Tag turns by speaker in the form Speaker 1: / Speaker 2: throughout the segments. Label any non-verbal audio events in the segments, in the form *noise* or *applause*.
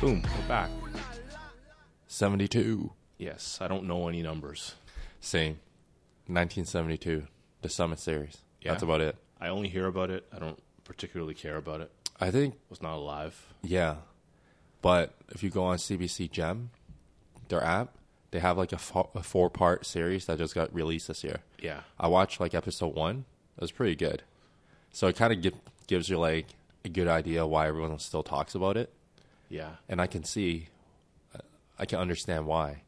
Speaker 1: Boom, we're back.
Speaker 2: 72.
Speaker 1: Yes, I don't know any numbers.
Speaker 2: Same. 1972. The Summit Series.
Speaker 1: Yeah.
Speaker 2: That's about it.
Speaker 1: I only hear about it. I don't particularly care about it.
Speaker 2: I think,
Speaker 1: Was not alive.
Speaker 2: yeah. But if you go on CBC Gem, their app, they have like a, fo- a four part series that just got released this year.
Speaker 1: Yeah.
Speaker 2: I watched like episode one. It was pretty good. So it kind of gi- gives you like a good idea why everyone still talks about it.
Speaker 1: Yeah.
Speaker 2: And I can see, I can understand why.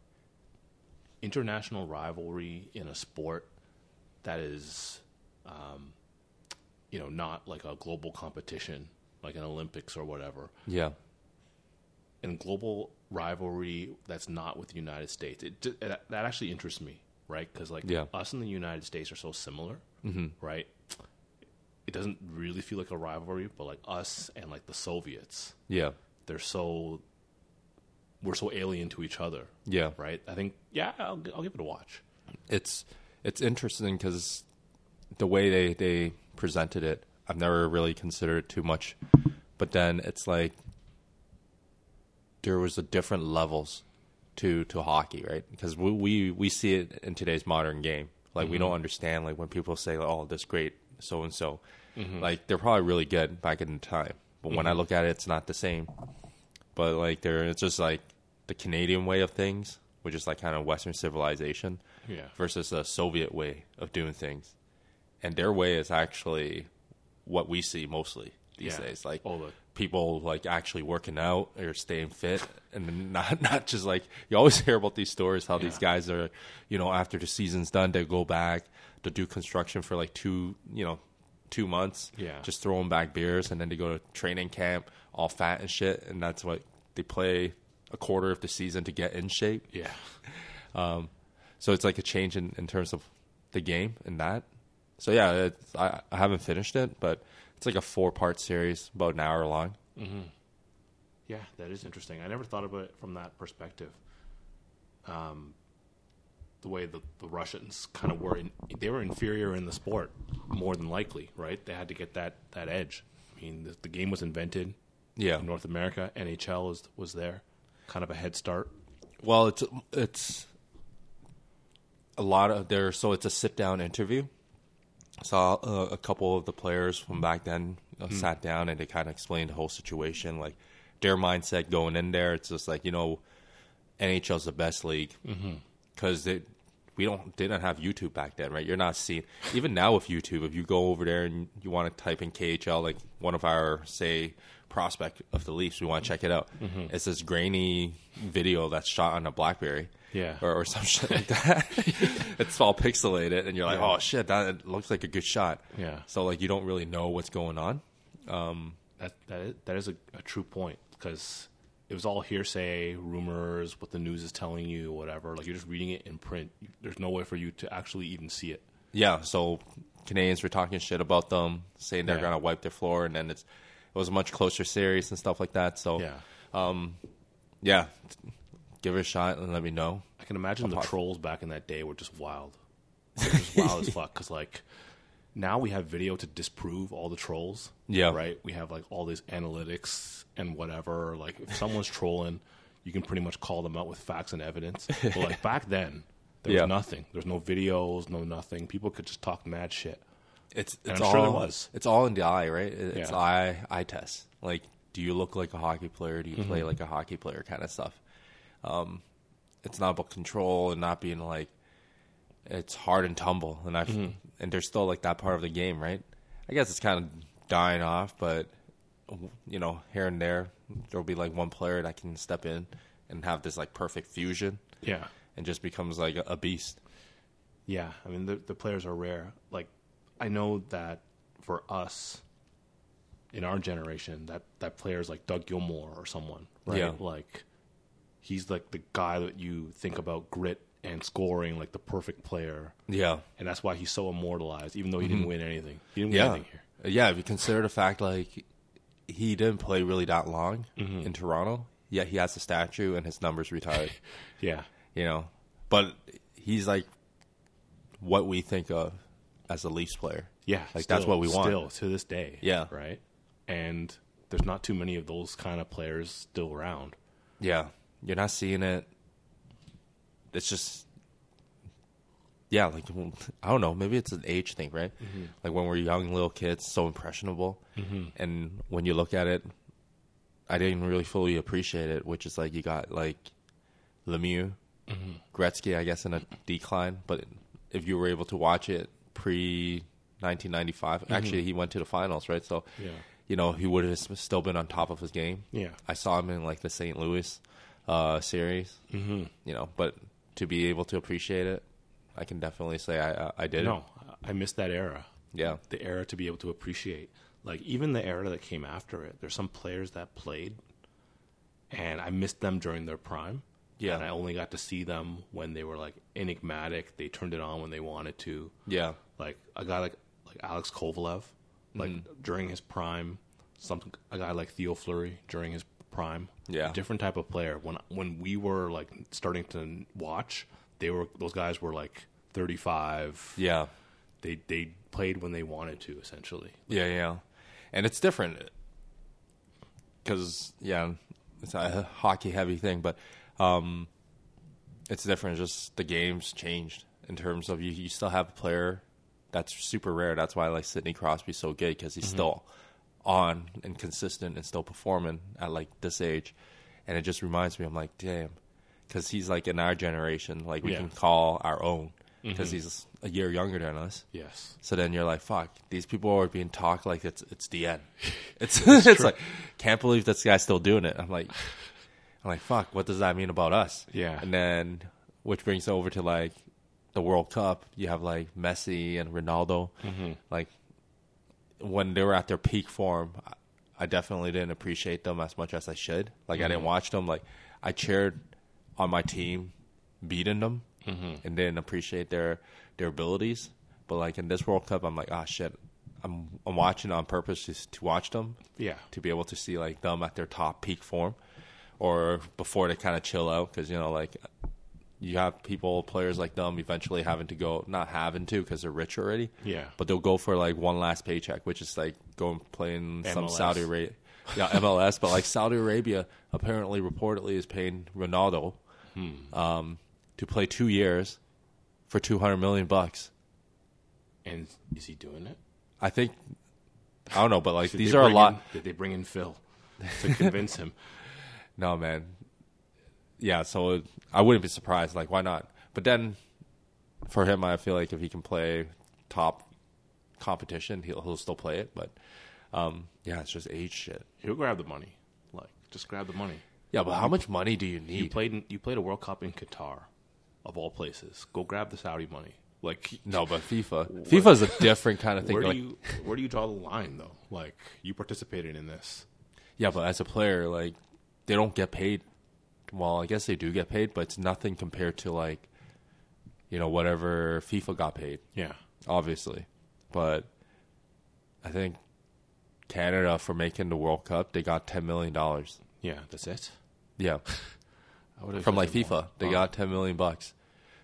Speaker 1: international rivalry in a sport that is, um, you know, not like a global competition, like an Olympics or whatever,
Speaker 2: Yeah.
Speaker 1: and global rivalry that's not with the United States. It ju- that that actually interests me, right? Because like
Speaker 2: Yeah.
Speaker 1: us and the United States are so similar, right? It doesn't really feel like a rivalry, but like us and like the Soviets,
Speaker 2: Yeah.
Speaker 1: they're so we're so alien to each other,
Speaker 2: Yeah.
Speaker 1: right? I think yeah, I'll, I'll give it a watch.
Speaker 2: it's it's interesting because the way they they presented it, I've never really considered it too much, but then it's like there was a different levels to to hockey, right? Because we, we we see it in today's modern game. Like we don't understand like when people say, "Oh, this great so and so," like they're probably really good back in the time. But when I look at it, it's not the same. But like they're it's just like the Canadian way of things, which is like kind of Western civilization
Speaker 1: Yeah.
Speaker 2: versus the Soviet way of doing things. And their way is actually what we see mostly these
Speaker 1: Yeah.
Speaker 2: days. Like
Speaker 1: Oh, look.
Speaker 2: people like actually working out or staying fit and *laughs* then not not just like you always hear about these stories how these
Speaker 1: Yeah.
Speaker 2: guys are, you know, after the season's done they go back, they'll do construction for like two you know, two months.
Speaker 1: Yeah.
Speaker 2: Just throwing back beers and then they go to training camp all fat and shit and that's what they play a quarter of the season to get in shape.
Speaker 1: Yeah.
Speaker 2: So it's like a change in, in terms of the game and that. So yeah, it's, I, I haven't finished it, but it's like a four part series, about an hour long.
Speaker 1: Yeah, that is interesting. I never thought about it from that perspective. Um, the way the, the Russians kind of were, in, they were inferior in the sport, more than likely, right? They had to get that, that edge. I mean, the, the game was invented
Speaker 2: Yeah.
Speaker 1: in North America. NHL was, was there, kind of a head start.
Speaker 2: Well, it's it's a lot of there. So it's a sit down interview. Saw uh, a couple of the players from back then uh, sat down and they kind of explained the whole situation, like their mindset going in there. It's just like you know, NHL's the best league because they we don't they didn't have YouTube back then, right? You're not seeing even now with YouTube. If you go over there and you want to type in KHL, like one of our say prospect of the Leafs, we want to check it out. It's this grainy video that's shot on a BlackBerry,
Speaker 1: Yeah.
Speaker 2: or, or some shit like that.
Speaker 1: *laughs*
Speaker 2: *laughs* it's all pixelated, and you're like,
Speaker 1: Yeah.
Speaker 2: oh shit, that looks like a good shot.
Speaker 1: Yeah.
Speaker 2: So like you don't really know what's going on.
Speaker 1: That, that is, that is a, a true point because it was all hearsay, rumors, what the news is telling you, whatever. Like, you're just reading it in print. There's no way for you to actually even see it.
Speaker 2: yeah, so Canadians were talking shit about them, saying they're
Speaker 1: Yeah.
Speaker 2: gonna wipe their floor, and then it's it was a much closer series and stuff like that. So
Speaker 1: Yeah.
Speaker 2: yeah, give it a shot and let me know.
Speaker 1: I can imagine the
Speaker 2: pos-
Speaker 1: trolls back in that day were just wild. They were just wild
Speaker 2: *laughs*
Speaker 1: as fuck. Because, like, now we have video to disprove all the trolls.
Speaker 2: Yeah.
Speaker 1: Right? We have, like, all these analytics and whatever. Like, if someone's trolling, you can pretty much call them out with facts and evidence. But, like, back then, there was
Speaker 2: *laughs* Yeah.
Speaker 1: nothing. There was no videos, no nothing. People could just talk mad shit.
Speaker 2: It's
Speaker 1: And
Speaker 2: it's
Speaker 1: I'm
Speaker 2: all
Speaker 1: sure there was.
Speaker 2: it's all in the eye, right? It- It's
Speaker 1: Yeah.
Speaker 2: eye eye test. Like, do you look like a hockey player? Do you
Speaker 1: Mm-hmm.
Speaker 2: play like a hockey player? Kind of stuff. Um, it's not about control and not being like it's hard and tumble, and I
Speaker 1: Mm-hmm.
Speaker 2: and there's still like that part of the game, right? I guess it's kind of dying off, but you know, here and there, there'll be like one player that can step in and have this like perfect fusion,
Speaker 1: Yeah.
Speaker 2: and just becomes like a, a beast.
Speaker 1: Yeah, I mean the the players are rare. Like I know that for us in our generation that that players like Doug Gilmore or someone, right?
Speaker 2: Yeah.
Speaker 1: Like he's like the guy that you think about grit and scoring like the perfect player.
Speaker 2: Yeah,
Speaker 1: And that's why he's so immortalized even though he didn't win anything. He didn't win
Speaker 2: Mm-hmm. Yeah.
Speaker 1: anything here.
Speaker 2: Yeah, if you consider the fact like he didn't play really that long in Toronto, yet he has the statue and his numbers retired, *laughs*
Speaker 1: Yeah.
Speaker 2: you know. But he's like what we think of as a Leafs player.
Speaker 1: Yeah.
Speaker 2: Like that's what we want.
Speaker 1: Still to this day.
Speaker 2: Yeah.
Speaker 1: Right? And there's not too many of those kind of players still around.
Speaker 2: Yeah, you're not seeing it. It's just, yeah, like *laughs* I don't know. Maybe it's an age thing, right? Like when we're young, little kids, so impressionable, and when you look at it, I didn't really fully appreciate it. Which is like you got like Lemieux, Gretzky, I guess, in a decline. But if you were able to watch it pre 1995, actually, he went to the finals, right? So,
Speaker 1: Yeah.
Speaker 2: you know, he would have still been on top of his game.
Speaker 1: Yeah.
Speaker 2: I saw him in like the St. Louis uh, series, mm-hmm. you know, but to be able to appreciate it, I can definitely say I I- I did.
Speaker 1: No, I missed that era.
Speaker 2: Yeah.
Speaker 1: The era to be able to appreciate. Like even the era that came after it, there's some players that played and I missed them during their prime.
Speaker 2: Yeah.
Speaker 1: And I only got to see them when they were like enigmatic. They turned it on when they wanted to.
Speaker 2: Yeah.
Speaker 1: Like a guy like like Alex Kovalev, like
Speaker 2: Mm-hmm.
Speaker 1: during his prime, something a guy like Theo Fleury during his prime.
Speaker 2: Yeah.
Speaker 1: Different type of player. When when we were like starting to watch, they were those guys were like 35,
Speaker 2: Yeah.
Speaker 1: they they played when they wanted to essentially
Speaker 2: Yeah, yeah, and it's different because yeah, it's a hockey heavy thing, but um, it's different. It's Just the game's changed in terms of you. You still have a player that's super rare. That's why like Sidney Crosby's so good because he's still on and consistent and still performing at like this age. And it just reminds me, I'm like, damn, because he's like in our generation, like we
Speaker 1: Yeah.
Speaker 2: can call our own because he's a year younger than us.
Speaker 1: yes
Speaker 2: So then you're like, fuck, these people are being talked like it's it's the end. It's *laughs* it's, like can't believe this guy's still doing it. I'm like I'm like, fuck, what does that mean about us?
Speaker 1: Yeah.
Speaker 2: And then which brings it over to like the World Cup, you have like Messi and Ronaldo. Like when they were at their peak form, I, I definitely didn't appreciate them as much as I should. Like I didn't watch them. Like I cheered on my team beating them and didn't appreciate their their abilities. But like in this World Cup, I'm like, ah, shit. I'm I'm watching on purpose just to watch them
Speaker 1: yeah
Speaker 2: to be able to see like them at their top peak form or before they kind of chill out because you know like you have people players like them eventually having to go not having to because they're rich already
Speaker 1: Yeah.
Speaker 2: but they'll go for like one last paycheck which is like going playing some
Speaker 1: MLS.
Speaker 2: saudi arabia yeah mls but like saudi arabia apparently reportedly is paying ronaldo um, to play two years for 200 million bucks
Speaker 1: and is he doing it
Speaker 2: i think i don't know but like
Speaker 1: Did
Speaker 2: these
Speaker 1: they
Speaker 2: are a
Speaker 1: bring
Speaker 2: lot
Speaker 1: in- did they bring in phil to convince
Speaker 2: *laughs*
Speaker 1: him
Speaker 2: No, man. Yeah, so it, I wouldn't be surprised. Like, why not? But then, for him, I feel like if he can play top competition, he'll he'll still play it. But um, yeah, it's just age shit.
Speaker 1: he'll grab the money like just grab the money
Speaker 2: Yeah, but how much money do you
Speaker 1: you
Speaker 2: need?
Speaker 1: played in, you played a world cup in qatar of all places go grab the saudi money like
Speaker 2: No, but FIFA, FIFA is a different kind of thing.
Speaker 1: where do
Speaker 2: Like,
Speaker 1: you where do you draw the line though like you participated in this
Speaker 2: yeah, but as a player, like they don't get paid. Well, I guess they do get paid, but it's nothing compared to like, you know, whatever FIFA got paid.
Speaker 1: yeah
Speaker 2: obviously. But I think Canada for making the World Cup, they got ten million dollars.
Speaker 1: yeah that's it
Speaker 2: Yeah,
Speaker 1: I would've
Speaker 2: from like
Speaker 1: expected more.
Speaker 2: FIFA, they got ten million bucks.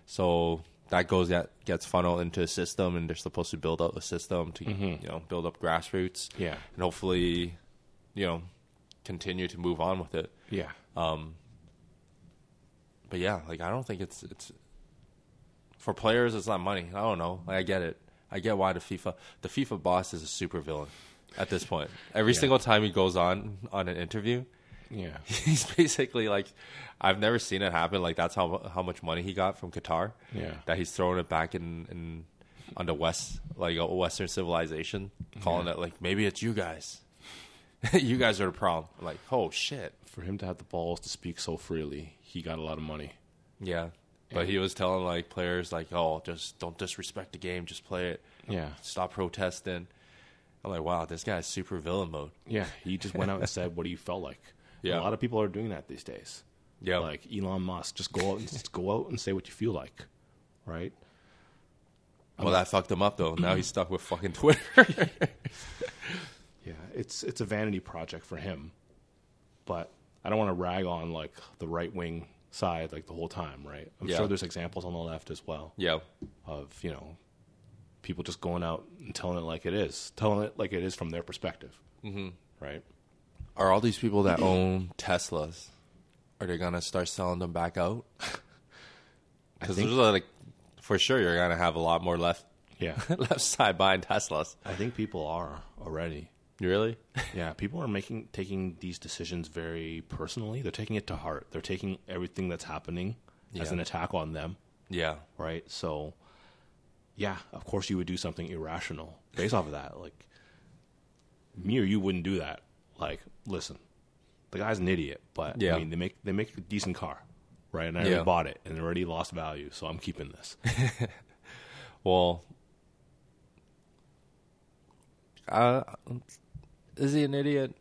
Speaker 2: So that goes that gets funneled into a system, and they're supposed to build up a system to you know build up grassroots.
Speaker 1: Yeah.
Speaker 2: and hopefully, you know, continue to move on with it.
Speaker 1: yeah
Speaker 2: Uh, But yeah, like I don't think it's it's for players. It's not money. I don't know. Like, I get it. I get why the FIFA the FIFA boss is a super villain at this point. Every single time he goes on on an interview, *laughs*
Speaker 1: yeah
Speaker 2: he's basically like, I've never seen it happen. Like that's how how much money he got from Qatar.
Speaker 1: Yeah.
Speaker 2: that he's throwing it back in in on the West like a Western civilization, calling it like maybe it's you guys. *laughs* you guys are the problem. Like oh shit.
Speaker 1: for him to have the balls to speak so freely he got a lot of money
Speaker 2: Yeah. But he was telling like players like, "Oh, just don't disrespect the game, just play it.
Speaker 1: yeah
Speaker 2: Stop protesting." I'm like, "Wow, this guy's super villain mode."
Speaker 1: Yeah, he just went out and said what he felt like.
Speaker 2: Yeah.
Speaker 1: a lot of people are doing that these days.
Speaker 2: Yeah.
Speaker 1: like Elon Musk, just go out and just go out and say what you feel like, right?
Speaker 2: Well, that fucked him up though. Now he's stuck with fucking *laughs* Twitter.
Speaker 1: Yeah, it's it's a vanity project for him, but I don't want to rag on like the right wing side like the whole time, right? I'm
Speaker 2: Yeah.
Speaker 1: sure there's examples on the left as well
Speaker 2: yeah.
Speaker 1: of you know people just going out and telling it like it is, telling it like it is from their perspective, mm-hmm. right?
Speaker 2: Are all these people that own Teslas Are they gonna start selling them back out? *laughs* Because
Speaker 1: think-
Speaker 2: there's like, for sure, you're gonna have a lot more left *laughs*
Speaker 1: *laughs* Yeah,
Speaker 2: left side buying Teslas.
Speaker 1: I think people are already.
Speaker 2: *laughs* Really?
Speaker 1: Yeah, people are making taking these decisions very personally. They're taking it to heart. They're taking everything that's happening as
Speaker 2: Yeah.
Speaker 1: an attack on them,
Speaker 2: Yeah.
Speaker 1: right? So, yeah, of course you would do something irrational based off of that. Like me or you wouldn't do that. Like, listen, the guy's an idiot, but
Speaker 2: Yeah.
Speaker 1: I mean, they make they make a decent car, right? And I
Speaker 2: Yeah.
Speaker 1: already bought it and it already lost value, so I'm keeping this. *laughs*
Speaker 2: Well, uh, is he an idiot?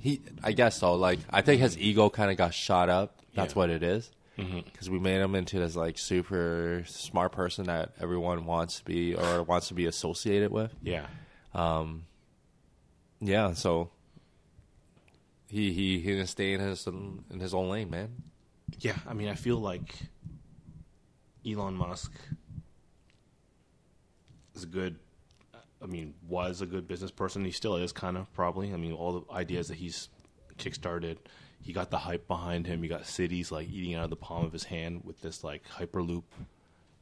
Speaker 2: He, I guess so. Like, I think his ego kind of got shot up. That's
Speaker 1: Yeah.
Speaker 2: what it is. Because we made him into this like super smart person that everyone wants to be or wants to be associated with.
Speaker 1: yeah,
Speaker 2: Yeah, so he he he can stay in his in his own lane, man.
Speaker 1: yeah. I mean, I feel like Elon Musk is a good. I mean, was a good business person. He still is, kind of probably. I mean, all the ideas that he's kickstarted, he got the hype behind him. He got cities like eating out of the palm of his hand with this like hyperloop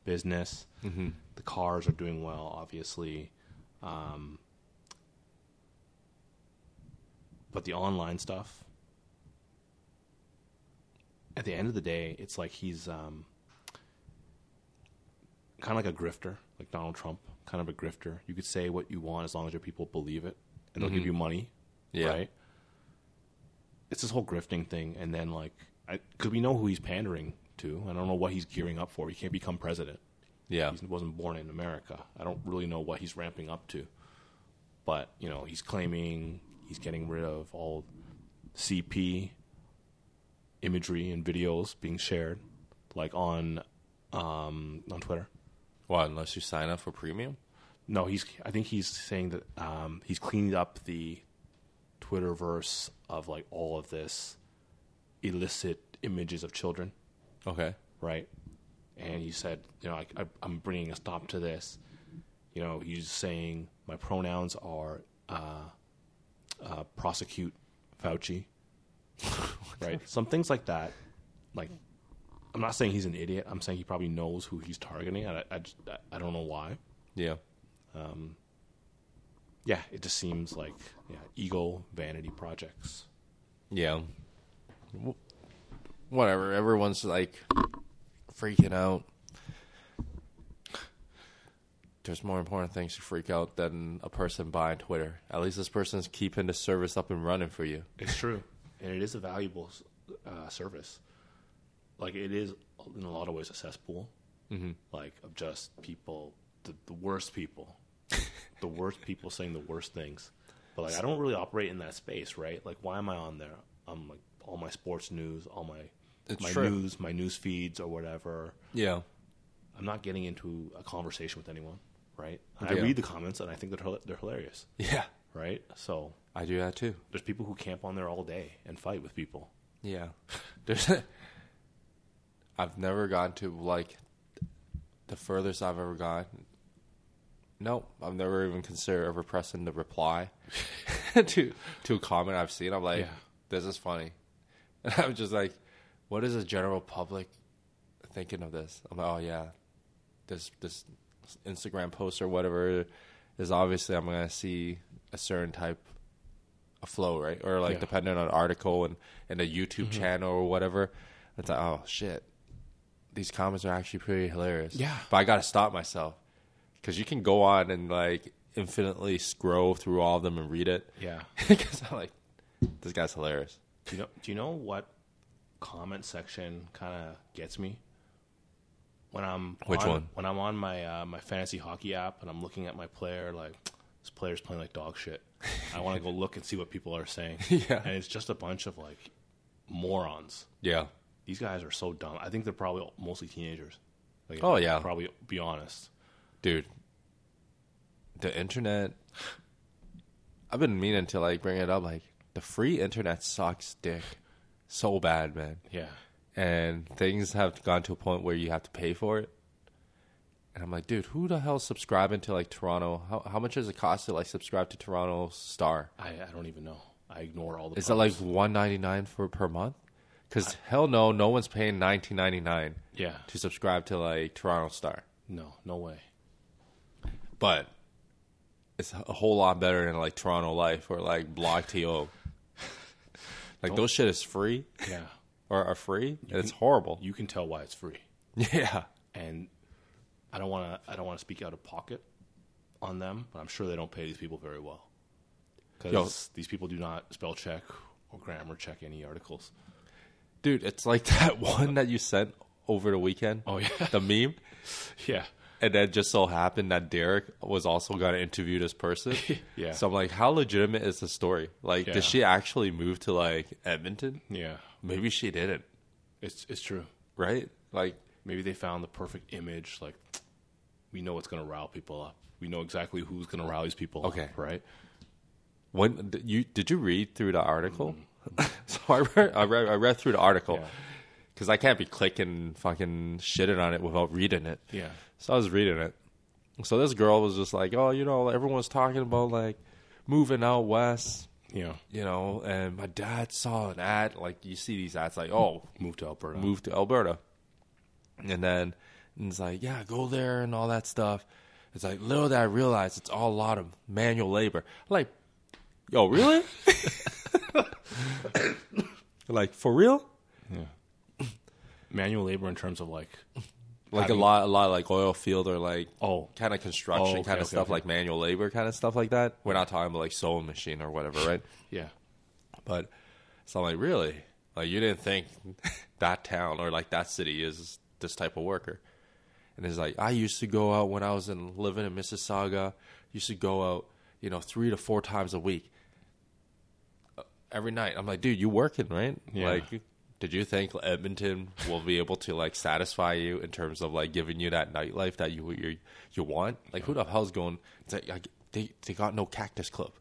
Speaker 1: business. Mm-hmm. The cars are doing well, obviously. Um, but the online stuff at the end of the day it's like he's um, kind of like a grifter like donald trump kind of a grifter you could say what you want as long as your people believe it and they'll give you money
Speaker 2: Yeah.
Speaker 1: right it's this whole grifting thing and then like because we know who he's pandering to i don't know what he's gearing up for he can't become president
Speaker 2: Yeah,
Speaker 1: he wasn't born in America. I don't really know what he's ramping up to, but you know, he's claiming he's getting rid of all CP imagery and videos being shared, like on um, on Twitter.
Speaker 2: well, unless you sign up for premium.
Speaker 1: No, he's. I think he's saying that um, he's cleaned up the Twitterverse of like all of this illicit images of children.
Speaker 2: Okay.
Speaker 1: right? And he said, you know, I, I, I'm bringing a stop to this. You know, he's saying my pronouns are uh, uh, prosecute Fauci, *laughs* right? Some things like that. Like, I'm not saying he's an idiot. I'm saying he probably knows who he's targeting. And I, I, just- I- I don't know why.
Speaker 2: Yeah.
Speaker 1: Yeah, it just seems like yeah, ego vanity projects.
Speaker 2: Yeah. Wh- Whatever. Everyone's like freaking out. There's more important things to freak out than a person buying Twitter. At least this person's keeping the service up and running for you.
Speaker 1: It's true, and it is a valuable uh, service. Like it is in a lot of ways a cesspool,
Speaker 2: Mm-hmm.
Speaker 1: like of just people, the, the worst
Speaker 2: *laughs*
Speaker 1: people, the worst people saying the worst things. But like I don't really operate in that space, right? Like why am I on there? I'm like all my sports news, all my
Speaker 2: It's
Speaker 1: my
Speaker 2: true.
Speaker 1: news, my news feeds or whatever.
Speaker 2: Yeah.
Speaker 1: I'm not getting into a conversation with anyone, right? And
Speaker 2: Yeah.
Speaker 1: I read the comments and I think they're hila- they're hilarious,
Speaker 2: Yeah.
Speaker 1: right? So
Speaker 2: I do that too.
Speaker 1: there's people who camp on there all day and fight with people.
Speaker 2: Yeah. *laughs* There's I've never gone to like the furthest I've ever gone. Nope. I've never even considered ever pressing the reply *laughs* to to a comment I've seen. I'm like,
Speaker 1: Yeah.
Speaker 2: this is funny. *laughs* And I'm just like, what is the general public thinking of this? I'm like, oh yeah. This this Instagram post or whatever is obviously I'm gonna see a certain type a flow, right? Or like
Speaker 1: Yeah. Mm-hmm.
Speaker 2: depending on an article and, and a YouTube channel or whatever. It's like, oh shit, these comments are actually pretty hilarious.
Speaker 1: Yeah.
Speaker 2: but I gotta stop myself because you can go on and like infinitely scroll through all of them and read it.
Speaker 1: Yeah.
Speaker 2: *laughs* Because I'm like, this guy's hilarious.
Speaker 1: Do you know? Do you know what comment section kind of gets me? When I'm
Speaker 2: Which
Speaker 1: on-
Speaker 2: one?
Speaker 1: When I'm on my uh, my fantasy hockey app and I'm looking at my player, like this player's playing like dog shit. I want to go look and see what people are saying.
Speaker 2: *laughs* Yeah.
Speaker 1: and it's just a bunch of like morons.
Speaker 2: Yeah,
Speaker 1: These guys are so dumb. I think they're probably mostly teenagers. Like,
Speaker 2: Oh, yeah.
Speaker 1: probably be honest.
Speaker 2: dude. The internet. I've been meaning to like bring it up. Like the free internet sucks dick so bad, man.
Speaker 1: Yeah,
Speaker 2: and things have gone to a point where you have to pay for it. And I'm like, dude, who the hell's subscribing to like Toronto? How how much does it cost to like subscribe to Toronto Star?
Speaker 1: I, I don't even know. I ignore all the.
Speaker 2: Is it like one ninety nine for per month? Because hell no, no one's paying nineteen ninety nine
Speaker 1: Yeah.
Speaker 2: to subscribe to like Toronto Star.
Speaker 1: No, no way.
Speaker 2: But it's a whole lot better than like Toronto Life or like
Speaker 1: *laughs*
Speaker 2: Blog TO. like those shit is free
Speaker 1: Yeah.
Speaker 2: or are free. and it's horrible.
Speaker 1: you can tell why it's free.
Speaker 2: *laughs* yeah.
Speaker 1: And I don't want to I don't want to speak out of pocket on them, but I'm sure they don't pay these people very well.
Speaker 2: Yo.
Speaker 1: Cuz these people do not spell check or grammar check any
Speaker 2: *laughs*
Speaker 1: articles.
Speaker 2: Dude, it's like that *laughs* one that you sent over the weekend.
Speaker 1: Oh, yeah.
Speaker 2: The meme.
Speaker 1: Yeah.
Speaker 2: And then just so happened that Derek was also going to interview this person.
Speaker 1: *laughs* Yeah.
Speaker 2: So I'm like, how legitimate is the story? Like,
Speaker 1: Yeah.
Speaker 2: did she actually move to like Edmonton?
Speaker 1: Yeah.
Speaker 2: Maybe she didn't,
Speaker 1: It's it's true.
Speaker 2: right? Like,
Speaker 1: Maybe they found the perfect image like we know what's going to rile people up. We know exactly who's going to rile these people
Speaker 2: Okay.
Speaker 1: up, right?
Speaker 2: when did you did you read through the article? *laughs* so I read, I read I read through the article
Speaker 1: Mm. Yeah.
Speaker 2: because I can't be clicking fucking shitting on it without reading it.
Speaker 1: Yeah.
Speaker 2: So I was reading it. So this girl was just like, oh, you know, everyone's talking about like moving out west,
Speaker 1: Yeah.
Speaker 2: you know, and my dad saw an ad. Like, you see these ads, like, oh,
Speaker 1: Moved to Alberta.
Speaker 2: move to Alberta. And then it's like, yeah, go there and all that stuff. It's like, little did I realize it's all a lot of manual labor. Like, yo, really? *laughs* like, for real?
Speaker 1: Manual labor in terms of
Speaker 2: *laughs*
Speaker 1: like
Speaker 2: Like a lot, a lot of like oil field or like
Speaker 1: oh,
Speaker 2: kind of construction
Speaker 1: Oh, okay,
Speaker 2: kind of
Speaker 1: okay,
Speaker 2: stuff,
Speaker 1: okay.
Speaker 2: like manual labor kind of stuff like that. We're not talking about like sewing machine or whatever, right?
Speaker 1: yeah.
Speaker 2: But so I'm like, really? Like you didn't think *laughs* that town or like that city is this type of worker? And it's like I used to go out when I was in living in Mississauga. Used to go out, you know, three to four times a week, Uh, every night. I'm like, dude, you working right?
Speaker 1: Yeah.
Speaker 2: Like, did you think Edmonton will be able to like satisfy you in terms of like giving you that nightlife that you you you want? Like, who the hell's going? It's like, like they they got no Cactus Club.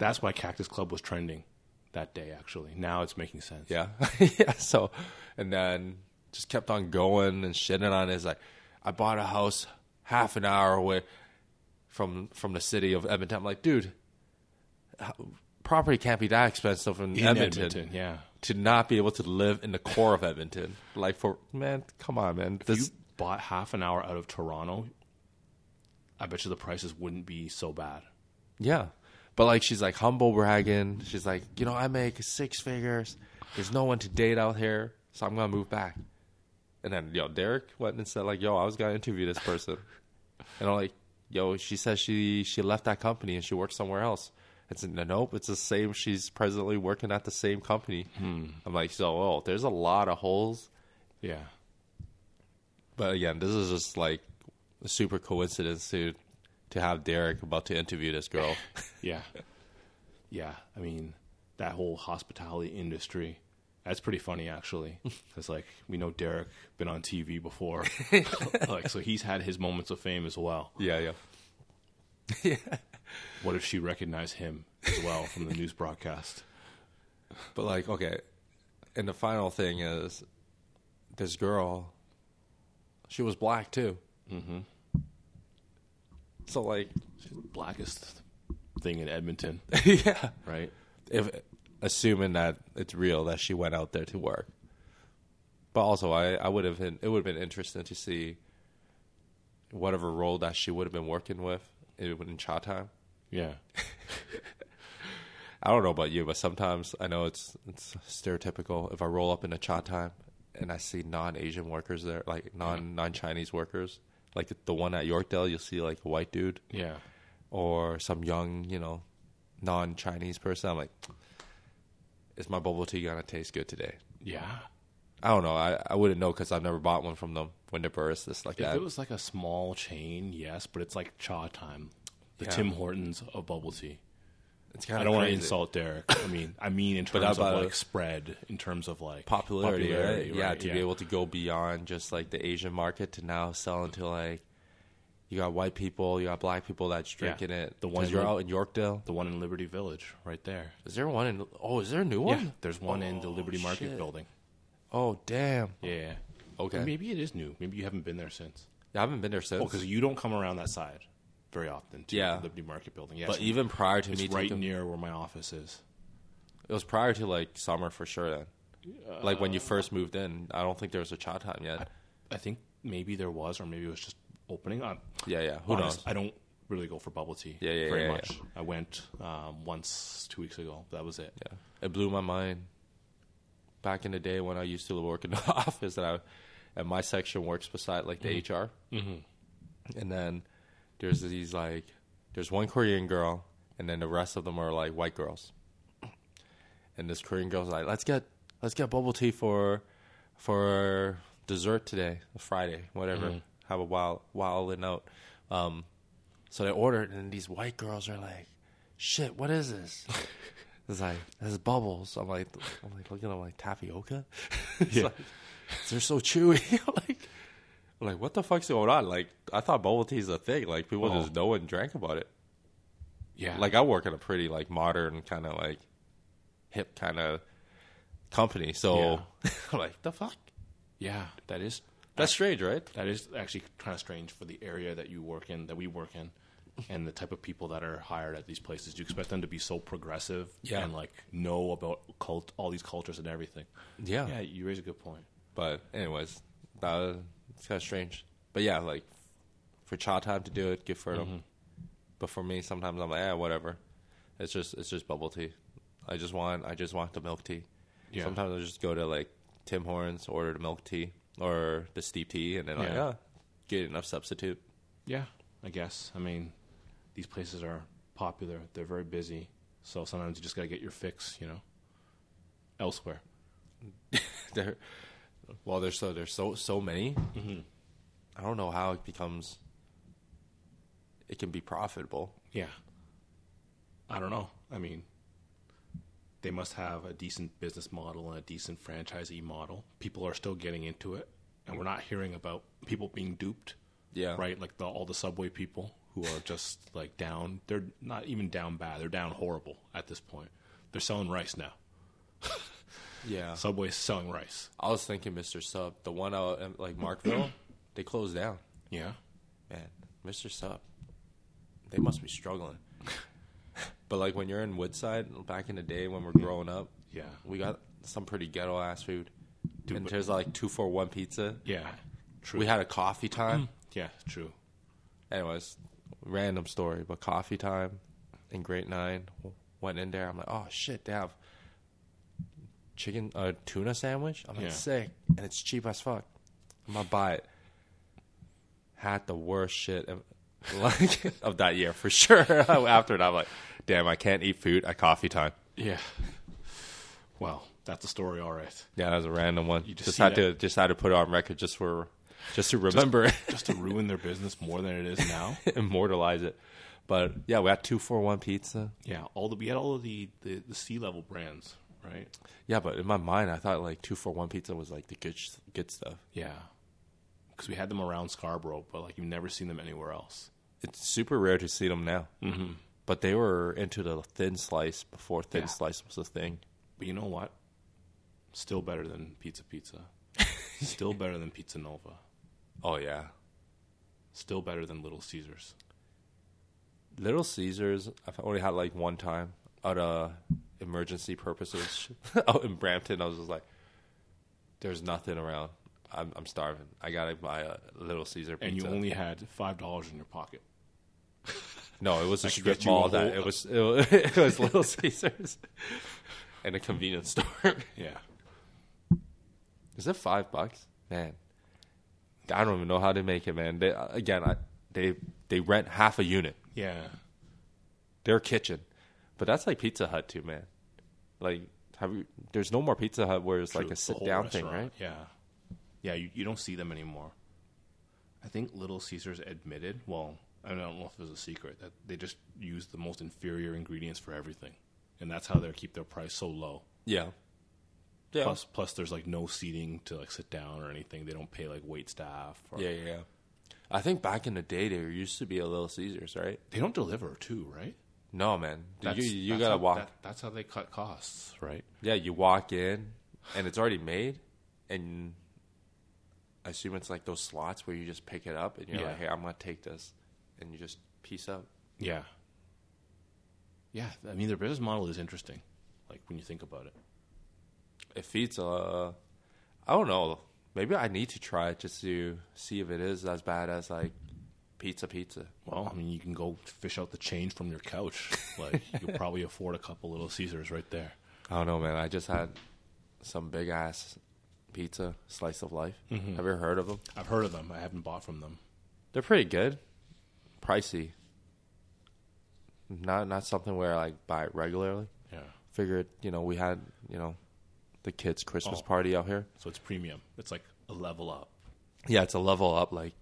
Speaker 1: That's why Cactus Club was trending that day, actually. Now it's making sense.
Speaker 2: Yeah. *laughs* yeah. So, and then just kept on going and shitting on it. It's like, I bought a house half an hour away from from the city of Edmonton. I'm like, dude, how- property can't be that expensive in,
Speaker 1: In
Speaker 2: Edmonton,
Speaker 1: Edmonton. Yeah.
Speaker 2: to not be able to live in the core of Edmonton. Like, for, man, come on, man. This,
Speaker 1: you bought half an hour out of Toronto, I bet you the prices wouldn't be so bad.
Speaker 2: yeah. But like, she's like humble bragging. She's like, you know, I make six figures. There's no one to date out here. So I'm going to move back. And then, yo, Derek went and said, like, yo, I was gonna interview this person. and I'm like, yo, she says she she left that company and she worked somewhere else. It's no, nope, it's the same. She's presently working at the same company. I'm like, so, oh, there's a lot of holes.
Speaker 1: Yeah.
Speaker 2: But again, this is just like a super coincidence to to have Derek about to interview this girl.
Speaker 1: Yeah. yeah. I mean, that whole hospitality industry. That's pretty funny, actually. Because, like, we know Derek been on TV before. like, so he's had his moments of fame as well.
Speaker 2: yeah, yeah.
Speaker 1: What if she recognized him as well from the news broadcast?
Speaker 2: But like, okay. And the final thing is, this girl, she was black too. Mm-hmm. So like,
Speaker 1: Blackest thing in Edmonton,
Speaker 2: yeah.
Speaker 1: right?
Speaker 2: If assuming that it's real that she went out there to work, but also I, I would have been it would have been interesting to see whatever role that she would have been working with in, in Cha Time.
Speaker 1: Yeah.
Speaker 2: I don't know about you, but sometimes I know it's it's stereotypical. If I roll up in a cha time and I see non Asian workers there, like
Speaker 1: Mm-hmm.
Speaker 2: non non Chinese workers, like the, the one at Yorkdale, you'll see like a white dude
Speaker 1: Yeah.
Speaker 2: or some young, you know, non Chinese person. I'm like, is my bubble tea gonna taste good today?
Speaker 1: Yeah.
Speaker 2: I don't know. I, I wouldn't know because I've never bought one from them when they're baristas like
Speaker 1: If
Speaker 2: that.
Speaker 1: it was like a small chain, yes, but it's like Cha Time, the
Speaker 2: Yeah.
Speaker 1: Tim Hortons of bubble tea.
Speaker 2: it's kind
Speaker 1: I don't want to insult Derek. I mean, I mean in terms
Speaker 2: how
Speaker 1: of
Speaker 2: about
Speaker 1: like
Speaker 2: a-
Speaker 1: spread, in terms of like
Speaker 2: popularity,
Speaker 1: popularity,
Speaker 2: right? Yeah,
Speaker 1: right,
Speaker 2: to be able to go beyond just like the Asian market to now selling to like you got white people, you got black people that's drinking it.
Speaker 1: The
Speaker 2: The
Speaker 1: ones
Speaker 2: ones you're
Speaker 1: who-
Speaker 2: out in Yorkdale.
Speaker 1: the one in Liberty Village, right there.
Speaker 2: Is there one in? Oh, is there a new one?
Speaker 1: Yeah, there's one in the Liberty Market
Speaker 2: shit.
Speaker 1: building.
Speaker 2: Oh, damn.
Speaker 1: Yeah.
Speaker 2: Okay.
Speaker 1: Maybe it is new. Maybe you haven't been there since.
Speaker 2: Yeah, I haven't been there since.
Speaker 1: Well, because you don't come around that side very often. To
Speaker 2: Yeah.
Speaker 1: The Liberty Market building. Yeah.
Speaker 2: but
Speaker 1: so
Speaker 2: even prior to me
Speaker 1: it's
Speaker 2: taking,
Speaker 1: right near where my office is.
Speaker 2: It was prior to like summer for sure. Then, like when you first moved in, I don't think there was a chat time yet.
Speaker 1: I think maybe there was, or maybe it was just opening. I,
Speaker 2: Yeah, yeah. Who
Speaker 1: honest,
Speaker 2: knows?
Speaker 1: I don't really go for bubble tea
Speaker 2: Yeah, yeah,
Speaker 1: very
Speaker 2: yeah,
Speaker 1: much. I went um, once two weeks ago. That was it.
Speaker 2: Yeah. It blew my mind. Back in the day when I used to work in the *laughs* office, and I, and my section works beside like the HR, mm-hmm. and then there's these like there's one Korean girl, and then the rest of them are like white girls. And this Korean girl's like, let's get let's get bubble tea for for dessert today, Friday, whatever. Have a wild wilding out. Um, so they ordered, and these white girls are like, "Shit, what is this?" *laughs* it's like this is bubbles. I'm like, I'm like looking, I'm like tapioca. *laughs* it's like, they're so chewy. *laughs* I'm like, I'm like what the fuck's going on? Like, I thought bubble tea is a thing. Like, people
Speaker 1: Oh.
Speaker 2: just know and drank about it.
Speaker 1: Yeah,
Speaker 2: Like, I work at a pretty like modern kind of like hip kind of company. So,
Speaker 1: *laughs*
Speaker 2: I'm oh. *laughs* like, the fuck?
Speaker 1: yeah, that is
Speaker 2: That's strange, right?
Speaker 1: that is actually kind of strange for the area that you work in, that we work in, and the type of people that are hired at these places. Do you expect them to be so progressive
Speaker 2: Yeah.
Speaker 1: and like know about cult all these cultures and everything? Yeah, you raise a good point.
Speaker 2: But anyways, that was, it's kind of strange. But yeah, like for child time to do it, good for them. But for me, sometimes I'm like, eh, whatever. It's just it's just bubble tea. I just want I just want the milk tea.
Speaker 1: Yeah.
Speaker 2: Sometimes I just go to like Tim Hortons, order the milk tea or the steep tea, and then like,
Speaker 1: Yeah.
Speaker 2: ah, get enough substitute. *laughs*
Speaker 1: Yeah, I guess. I mean, these places are popular. They're very busy, so sometimes you just gotta get your fix, you know, elsewhere.
Speaker 2: there well there's so there's so so many i don't know how it becomes it can be profitable
Speaker 1: Yeah. I don't know. I mean, they must have a decent business model and a decent franchisee model. People are still getting into it, and we're not hearing about people being duped,
Speaker 2: yeah
Speaker 1: right? Like the, all the subway people who are just like down. They're not even down bad. They're down horrible at this point. They're selling rice now.
Speaker 2: yeah
Speaker 1: Subway's selling rice.
Speaker 2: I was thinking, Mr. Sub, the one out in, like
Speaker 1: *clears throat*
Speaker 2: Markville, they closed down.
Speaker 1: Yeah.
Speaker 2: Man, Mr. Sub, they must
Speaker 1: *laughs*
Speaker 2: be struggling. but like when you're in Woodside, back in the day when we're growing up,
Speaker 1: Yeah.
Speaker 2: we got some pretty ghetto ass food.
Speaker 1: Dude,
Speaker 2: and
Speaker 1: but-
Speaker 2: there's like two for one pizza.
Speaker 1: Yeah. True.
Speaker 2: We had a
Speaker 1: *clears throat*
Speaker 2: coffee time.
Speaker 1: yeah, true.
Speaker 2: Anyways, random story, but coffee time in grade nine went in there. I'm like, oh shit, they have chicken uh, tuna sandwich. I'm like,
Speaker 1: Yeah.
Speaker 2: sick, and it's cheap as fuck. I'm gonna buy it. Had the worst shit of, *laughs* like of that year for sure. *laughs* After it, I'm like, damn, I can't eat food at coffee time.
Speaker 1: Yeah. Well, that's a story, all right.
Speaker 2: Yeah, that was a random one.
Speaker 1: just
Speaker 2: just
Speaker 1: see
Speaker 2: had
Speaker 1: that-
Speaker 2: to just had to put it on record just for just to remember. *laughs* it.
Speaker 1: Just to ruin their business more than it is *laughs* now.
Speaker 2: immortalize it. But yeah, we had two four one pizza.
Speaker 1: Yeah, all the we had all of the the, the sea level brands, right?
Speaker 2: Yeah, but in my mind, I thought like two for one pizza was like the good sh- good stuff.
Speaker 1: Yeah, because we had them around Scarborough, but like you've never seen them anywhere else.
Speaker 2: It's super rare to see them now. Mm-hmm. But they were into the thin slice before thin
Speaker 1: Yeah.
Speaker 2: slice was a thing.
Speaker 1: But you know what? Still better than Pizza *laughs* Pizza. Still better than Pizza Nova.
Speaker 2: Oh yeah,
Speaker 1: Still better than Little Caesars.
Speaker 2: Little Caesars. I've only had like one time out of emergency purposes *laughs* out in Brampton. I was just like, there's nothing around. I'm, I'm starving. I gotta buy a Little Caesar pizza.
Speaker 1: And you only had five dollars in your pocket.
Speaker 2: No, it was a
Speaker 1: could get
Speaker 2: strip
Speaker 1: you a
Speaker 2: mall that
Speaker 1: whole-
Speaker 2: it was it was, *laughs* it was Little Caesars *laughs* and a convenience store.
Speaker 1: Yeah,
Speaker 2: Is it five bucks? Man, I don't even know how they make it, man. They, uh, again, I, they they rent half a unit,
Speaker 1: yeah.
Speaker 2: their kitchen, but that's like Pizza Hut too, man. Like, have you? There's no more Pizza Hut where it's like
Speaker 1: True,
Speaker 2: a
Speaker 1: the whole
Speaker 2: sit down thing,
Speaker 1: restaurant.
Speaker 2: right?
Speaker 1: Yeah, yeah. You you don't see them anymore. I think Little Caesars admitted. Well, I don't know if it was a secret that they just use the most inferior ingredients for everything, and that's how they keep their price so low.
Speaker 2: Yeah, yeah,
Speaker 1: Plus, plus there's like no seating to like sit down or anything. They don't pay like wait staff. Or,
Speaker 2: yeah, yeah. yeah. I think back in the day there used to be a Little Caesars, right?
Speaker 1: They don't deliver too, right?
Speaker 2: No, man, you
Speaker 1: That's-
Speaker 2: you
Speaker 1: that's
Speaker 2: gotta
Speaker 1: how-
Speaker 2: walk.
Speaker 1: that- that's how they cut costs, right?
Speaker 2: Yeah, you walk in and it's already made, and I assume it's like those slots where you just pick it up and you're
Speaker 1: Yeah.
Speaker 2: like, hey, I'm gonna take this, and you just piece up.
Speaker 1: Yeah. Yeah, I mean their business model is interesting. Like Like when you think about it,
Speaker 2: It feeds uh I don't know. Maybe I need to try it just to see if it is as bad as like pizza pizza.
Speaker 1: well, I mean, you can go fish out the change from your couch. Like you could probably afford a couple little Caesars right there.
Speaker 2: I don't know, man. I just had some big ass pizza slice of life. Have you ever heard of them?
Speaker 1: I've heard of them. I haven't bought from them.
Speaker 2: Mm-hmm. They're pretty good. Pricey. Not not something where I like buy it regularly.
Speaker 1: Yeah,
Speaker 2: Figured, you know, we had, you know, the kids' Christmas
Speaker 1: Oh.
Speaker 2: party out here.
Speaker 1: so it's premium. It's like a level up.
Speaker 2: Yeah, it's a level up like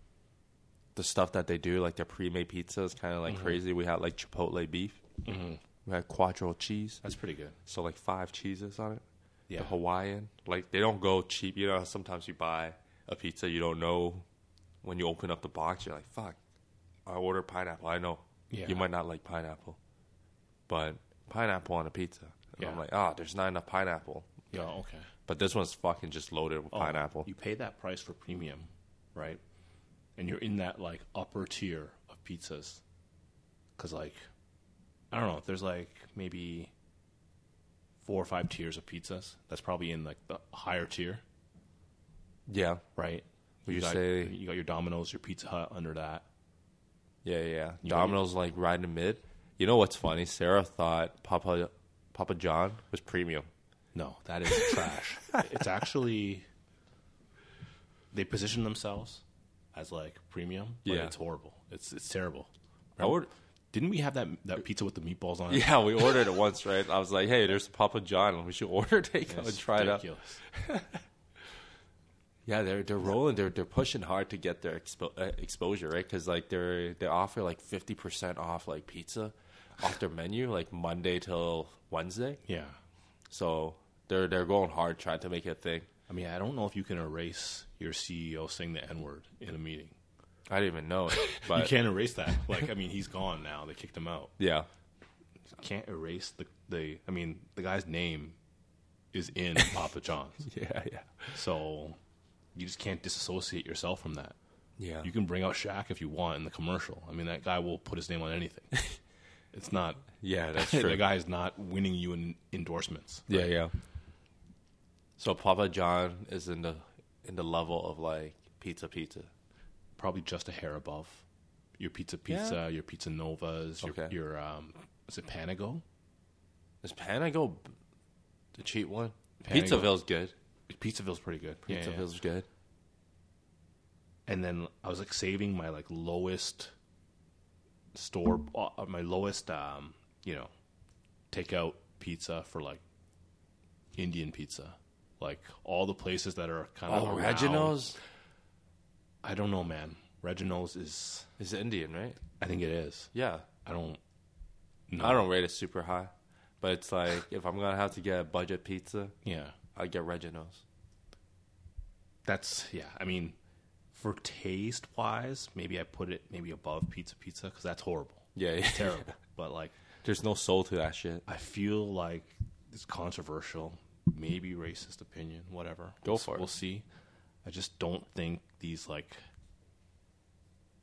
Speaker 2: the stuff that they do, like their pre made pizza is kinda
Speaker 1: Mm-hmm.
Speaker 2: like crazy. We had like Chipotle beef. We had quattro cheese.
Speaker 1: That's pretty good.
Speaker 2: So like five cheeses on it.
Speaker 1: Yeah.
Speaker 2: The Hawaiian. Like they don't go cheap. You know, how sometimes you buy a pizza you don't know when you open up the box, you're like, fuck. I order pineapple. I know.
Speaker 1: Yeah.
Speaker 2: You might not like pineapple. But pineapple on a pizza. And I'm
Speaker 1: Yeah.
Speaker 2: like, oh, there's not enough pineapple.
Speaker 1: Yeah. Oh, Okay.
Speaker 2: But this one's fucking just loaded with
Speaker 1: Oh,
Speaker 2: pineapple.
Speaker 1: You pay that price for premium, right? And you're in that like upper tier of pizzas. Cause like, I don't know. If there's like maybe four or five tiers of pizzas, that's probably in like the higher tier,
Speaker 2: Yeah.
Speaker 1: right?
Speaker 2: Would you
Speaker 1: got,
Speaker 2: say-
Speaker 1: you got your Domino's, your Pizza Hut under that?
Speaker 2: Yeah, yeah, yeah.
Speaker 1: You-
Speaker 2: Domino's like right in the mid. You know what's funny? Sarah thought Papa Papa John was premium.
Speaker 1: No, that is *laughs* trash. It's actually they position themselves as like premium, but
Speaker 2: Yeah.
Speaker 1: it's horrible. It's it's terrible.
Speaker 2: I would
Speaker 1: Didn't we have that that pizza with the meatballs *laughs* on it?
Speaker 2: *laughs* Yeah, we ordered it once, right? I was like, "Hey, there's Papa John. We should *laughs* order takeout
Speaker 1: It's
Speaker 2: and try it out."
Speaker 1: ridiculous.
Speaker 2: Yeah, they're they're rolling. They're they're pushing hard to get their expo- uh, exposure, right? Because like they're they offer like fifty percent off like pizza off their menu like Monday till Wednesday.
Speaker 1: Yeah.
Speaker 2: So they're they're going hard trying to make it a thing.
Speaker 1: I mean, I don't know if you can erase your CEO saying the N word in a meeting.
Speaker 2: I didn't even know
Speaker 1: *laughs*
Speaker 2: it,
Speaker 1: you
Speaker 2: but
Speaker 1: can't erase that. Like, I mean, he's gone now. They kicked him out.
Speaker 2: yeah,
Speaker 1: Can't erase the the. I mean, the guy's name is *laughs* in Papa John's,
Speaker 2: *laughs* yeah, yeah,
Speaker 1: so you just can't disassociate yourself from that.
Speaker 2: yeah.
Speaker 1: You can bring out Shaq if you want in the commercial. I mean, that guy will put his name on
Speaker 2: *laughs*
Speaker 1: anything. It's not.
Speaker 2: yeah, that's
Speaker 1: the
Speaker 2: true.
Speaker 1: guy is not winning you in endorsements.
Speaker 2: Yeah, yeah. So Papa John is in the in the level of like pizza, pizza.
Speaker 1: probably just a hair above your pizza pizza, your pizza novas, your,
Speaker 2: Okay.
Speaker 1: your um, is it Panago?
Speaker 2: Is Panago b- the cheap one? Pizzaville's good.
Speaker 1: Pizzaville's pretty good. Yeah, yeah, yeah.
Speaker 2: Pizzaville's good.
Speaker 1: And then I was like saving my like lowest store, uh, my lowest um, you know, takeout pizza for like Indian pizza, like all the places that are kind of
Speaker 2: Oh, Reginald's
Speaker 1: I don't know, man. Reginald's is,
Speaker 2: is Indian, right?
Speaker 1: I think it is.
Speaker 2: Yeah.
Speaker 1: I don't.
Speaker 2: I don't rate it super high, but it's like if I'm gonna have to get a budget pizza,
Speaker 1: Yeah.
Speaker 2: I'd get Reginald's.
Speaker 1: that's yeah. I mean, for taste wise, maybe I put it maybe above pizza pizza because that's horrible,
Speaker 2: Yeah, yeah.
Speaker 1: terrible. but like,
Speaker 2: *laughs* There's no soul to that shit.
Speaker 1: I feel like it's controversial, maybe racist opinion, whatever.
Speaker 2: Go
Speaker 1: We'll-
Speaker 2: for it.
Speaker 1: We'll see. I just don't think these like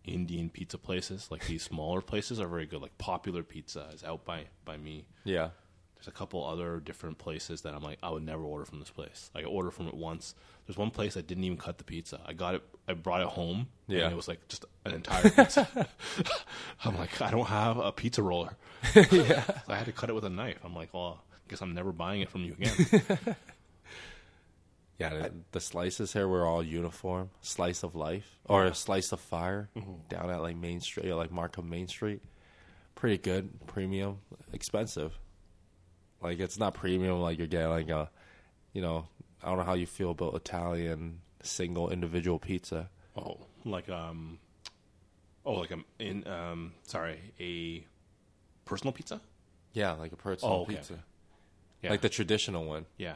Speaker 1: Indian pizza places, like these smaller places, are very good. Like Popular Pizza is out by by me.
Speaker 2: Yeah.
Speaker 1: There's a couple other different places that I'm like, I would never order from this place. I order from it once. There's one place that didn't even cut the pizza. I got it. I brought it home.
Speaker 2: Yeah.
Speaker 1: And it was like just an entire pizza.
Speaker 2: *laughs*
Speaker 1: I'm like, I don't have a pizza roller. I had to cut it with a knife. I'm like, well, I guess I'm never buying it from you
Speaker 2: *laughs*
Speaker 1: again.
Speaker 2: Yeah, the, the slices here were all uniform. Slice of life or a slice of fire
Speaker 1: Mm-hmm.
Speaker 2: down at like Main Street, like Markham Main Street. Pretty good, premium, expensive. Like it's not premium like you're getting like a, you know, I don't know how you feel about Italian single individual pizza.
Speaker 1: oh, like um, oh, like I'm in um, sorry, a personal pizza.
Speaker 2: Yeah, like a personal
Speaker 1: Oh, okay.
Speaker 2: pizza,
Speaker 1: Yeah.
Speaker 2: like the traditional one.
Speaker 1: Yeah,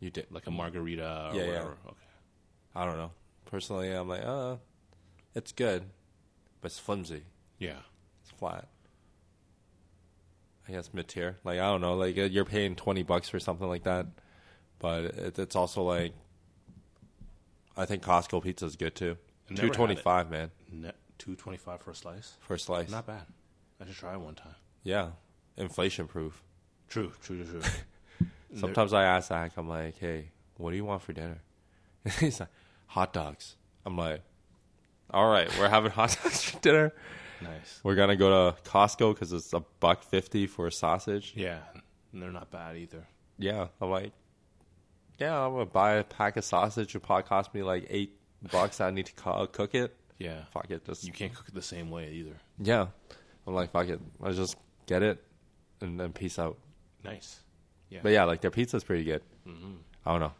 Speaker 2: You did.
Speaker 1: like a margarita or
Speaker 2: Mm. Yeah, yeah.
Speaker 1: whatever. Okay.
Speaker 2: I don't know. Personally, I'm like, uh, it's good, but it's flimsy.
Speaker 1: Yeah.
Speaker 2: It's flat. I guess mid tier. Like I don't know. Like uh, you're paying twenty bucks for something like that, but it, it's also like I think Costco pizza is good too.
Speaker 1: I've never
Speaker 2: Two
Speaker 1: had it.
Speaker 2: twenty five, man,
Speaker 1: Net two twenty five for a slice.
Speaker 2: for a slice.
Speaker 1: Not bad. I should try it one time.
Speaker 2: yeah, inflation proof.
Speaker 1: True, true, true.
Speaker 2: Sometimes I ask Zach, I'm like, hey, what do you want for dinner? *laughs* He's like, hot dogs. I'm like, all right, we're having hot *laughs* dogs for dinner.
Speaker 1: nice.
Speaker 2: We're gonna go to Costco because it's a buck fifty for a sausage.
Speaker 1: Yeah, and they're not bad either.
Speaker 2: Yeah, I'm like, yeah, I'm gonna buy a pack of sausage. It probably cost me like eight bucks. I need to co- cook it.
Speaker 1: Yeah,
Speaker 2: Fuck it, just
Speaker 1: you can't cook it the same way either.
Speaker 2: yeah. I'm like, fuck it, I just get it and then peace out.
Speaker 1: Nice.
Speaker 2: But yeah, like their pizza's pretty good.
Speaker 1: Mm-hmm.
Speaker 2: I don't know,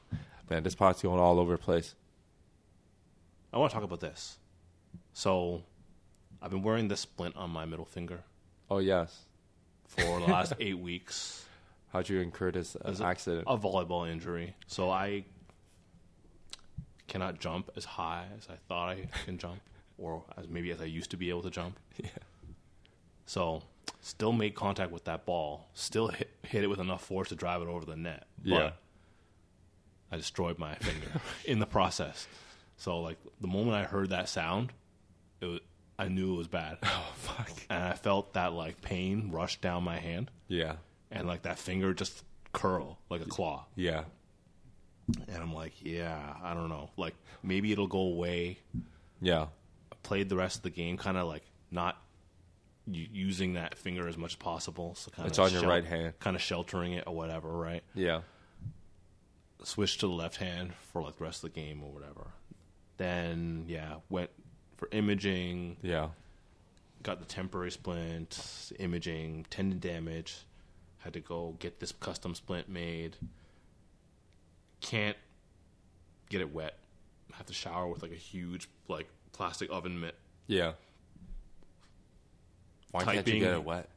Speaker 2: man. This pot's going all over the place.
Speaker 1: I want to talk about this. So, I've been wearing this splint on my middle finger
Speaker 2: Oh yes,
Speaker 1: for the last eight weeks.
Speaker 2: how'd you incur this uh,
Speaker 1: Is it-
Speaker 2: accident?
Speaker 1: A volleyball injury. So I cannot jump as high as I thought I can jump, or as maybe as I used to be able to jump. Yeah. So still made contact with that ball. Still hit, hit it with enough force to drive it over the net. But
Speaker 2: Yeah.
Speaker 1: I destroyed my finger in the process. So like the moment I heard that sound, it was, I knew it was bad,
Speaker 2: *laughs* Oh fuck.
Speaker 1: and I felt that like pain rush down my hand,
Speaker 2: Yeah,
Speaker 1: and like that finger just curl like a claw.
Speaker 2: yeah,
Speaker 1: And I'm like, yeah, I don't know. Like, maybe it'll go away.
Speaker 2: yeah,
Speaker 1: I played the rest of the game, kind of like not u- using that finger as much as possible. So kind
Speaker 2: It's on your right hand.
Speaker 1: kind of sheltering it or whatever, right?
Speaker 2: yeah.
Speaker 1: Switched to the left hand for like the rest of the game or whatever. Then yeah, went for imaging.
Speaker 2: Yeah.
Speaker 1: Got the temporary splint, imaging, tendon damage. Had to go get this custom splint made. Can't get it wet. Have to shower with like a huge like plastic oven mitt
Speaker 2: Yeah. Why can't you
Speaker 1: Typing.
Speaker 2: get it wet?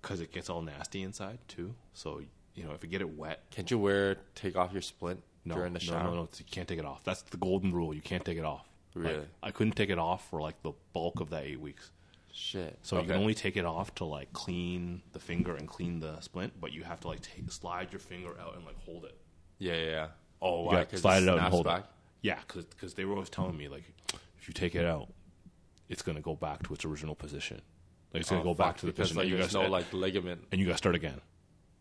Speaker 1: because it gets all nasty inside too. So you know if you get it wet,
Speaker 2: Can't you wear take off your splint
Speaker 1: no,
Speaker 2: during the
Speaker 1: no,
Speaker 2: shower?
Speaker 1: no, no, you can't take it off. That's the golden rule. You can't take it off. Like,
Speaker 2: Really?
Speaker 1: I couldn't take it off for like the bulk of that eight weeks.
Speaker 2: Shit.
Speaker 1: So you
Speaker 2: Okay.
Speaker 1: can only take it off to like clean the finger and clean the splint, but you have to like take, slide your finger out and like hold it.
Speaker 2: yeah, yeah, yeah. Oh,
Speaker 1: You
Speaker 2: why?
Speaker 1: gotta
Speaker 2: 'Cause
Speaker 1: slide
Speaker 2: it
Speaker 1: it out and
Speaker 2: snaps
Speaker 1: hold
Speaker 2: back?
Speaker 1: it. Yeah, because they were always telling me like, if you take it out, it's gonna go back to its original position. Like it's gonna
Speaker 2: Oh,
Speaker 1: go back
Speaker 2: fuck,
Speaker 1: to the
Speaker 2: because
Speaker 1: position.
Speaker 2: like,
Speaker 1: that you
Speaker 2: there's
Speaker 1: guys
Speaker 2: no like
Speaker 1: *laughs*
Speaker 2: ligament.
Speaker 1: and you got to start again.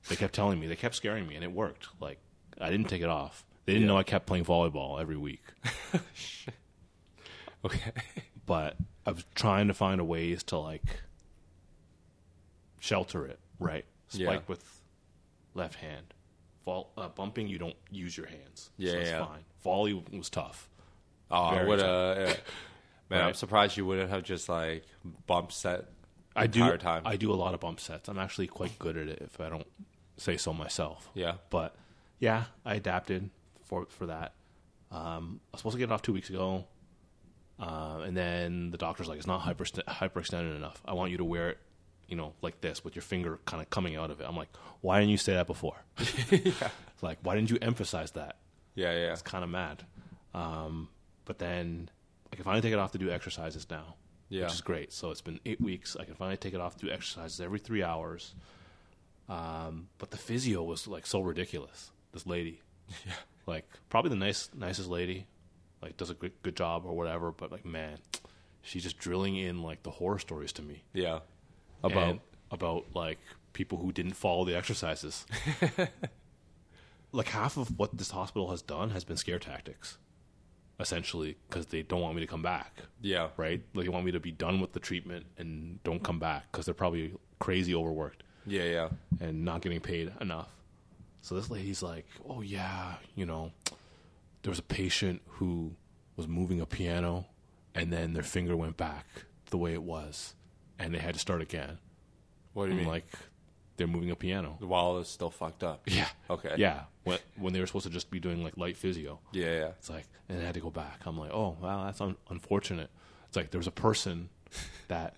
Speaker 1: They kept telling me, they kept scaring me, and it worked. Like I didn't take it off. They didn't know I kept playing volleyball every week,
Speaker 2: Okay.
Speaker 1: but I was trying to find a ways to like shelter it. Right, spike
Speaker 2: Yeah.
Speaker 1: with left hand. Vol- uh, bumping, you don't use your hands.
Speaker 2: Yeah,
Speaker 1: so it's
Speaker 2: yeah.
Speaker 1: fine. Volley was tough.
Speaker 2: Oh, I
Speaker 1: Very
Speaker 2: would have. man, I'm
Speaker 1: Right.
Speaker 2: surprised you wouldn't have just like bump set. The
Speaker 1: I do.
Speaker 2: entire time.
Speaker 1: I do a lot of bump sets. I'm actually quite good at it, if I don't say so myself.
Speaker 2: yeah.
Speaker 1: But yeah, I adapted for for that. Um, I was supposed to get it off two weeks ago, uh, and then the doctor's like, "It's not hyper hyperextended enough. I want you to wear it, you know, like this with your finger kind of coming out of it." I'm like, "Why didn't you say that before? *laughs* Like, why didn't you emphasize that?"
Speaker 2: Yeah, yeah.
Speaker 1: It's kind of mad. Um, but then I can finally take it off to do exercises now,
Speaker 2: Yeah.
Speaker 1: which is great. So it's been eight weeks. I can finally take it off to do exercises every three hours. Um, but the physio was like so ridiculous. This
Speaker 2: *laughs*
Speaker 1: lady, yeah, like probably the nice nicest lady, like does a good good job or whatever. But like man, she's just drilling in like the horror stories to me
Speaker 2: Yeah. About.
Speaker 1: and about like people who didn't follow the
Speaker 2: *laughs*
Speaker 1: exercises. like half of what this hospital has done has been scare tactics, essentially, because they don't want me to come back.
Speaker 2: yeah.
Speaker 1: Right? Like they want me to be done with the treatment and don't come back because they're probably crazy overworked
Speaker 2: Yeah, yeah.
Speaker 1: and not getting paid enough. So this lady's like, "Oh yeah, you know, there was a patient who was moving a piano and then their finger went back the way it was and they had to start again."
Speaker 2: What do you
Speaker 1: I'm
Speaker 2: mean? Like,
Speaker 1: like they're moving a piano.
Speaker 2: the wall is still
Speaker 1: *laughs*
Speaker 2: fucked up.
Speaker 1: Yeah.
Speaker 2: Okay.
Speaker 1: Yeah. When, when they were supposed to just be doing like light physio.
Speaker 2: Yeah, yeah.
Speaker 1: It's like, and I had to go back. I'm like, oh, wow, that's un- unfortunate. It's like there was a person
Speaker 2: *laughs*
Speaker 1: that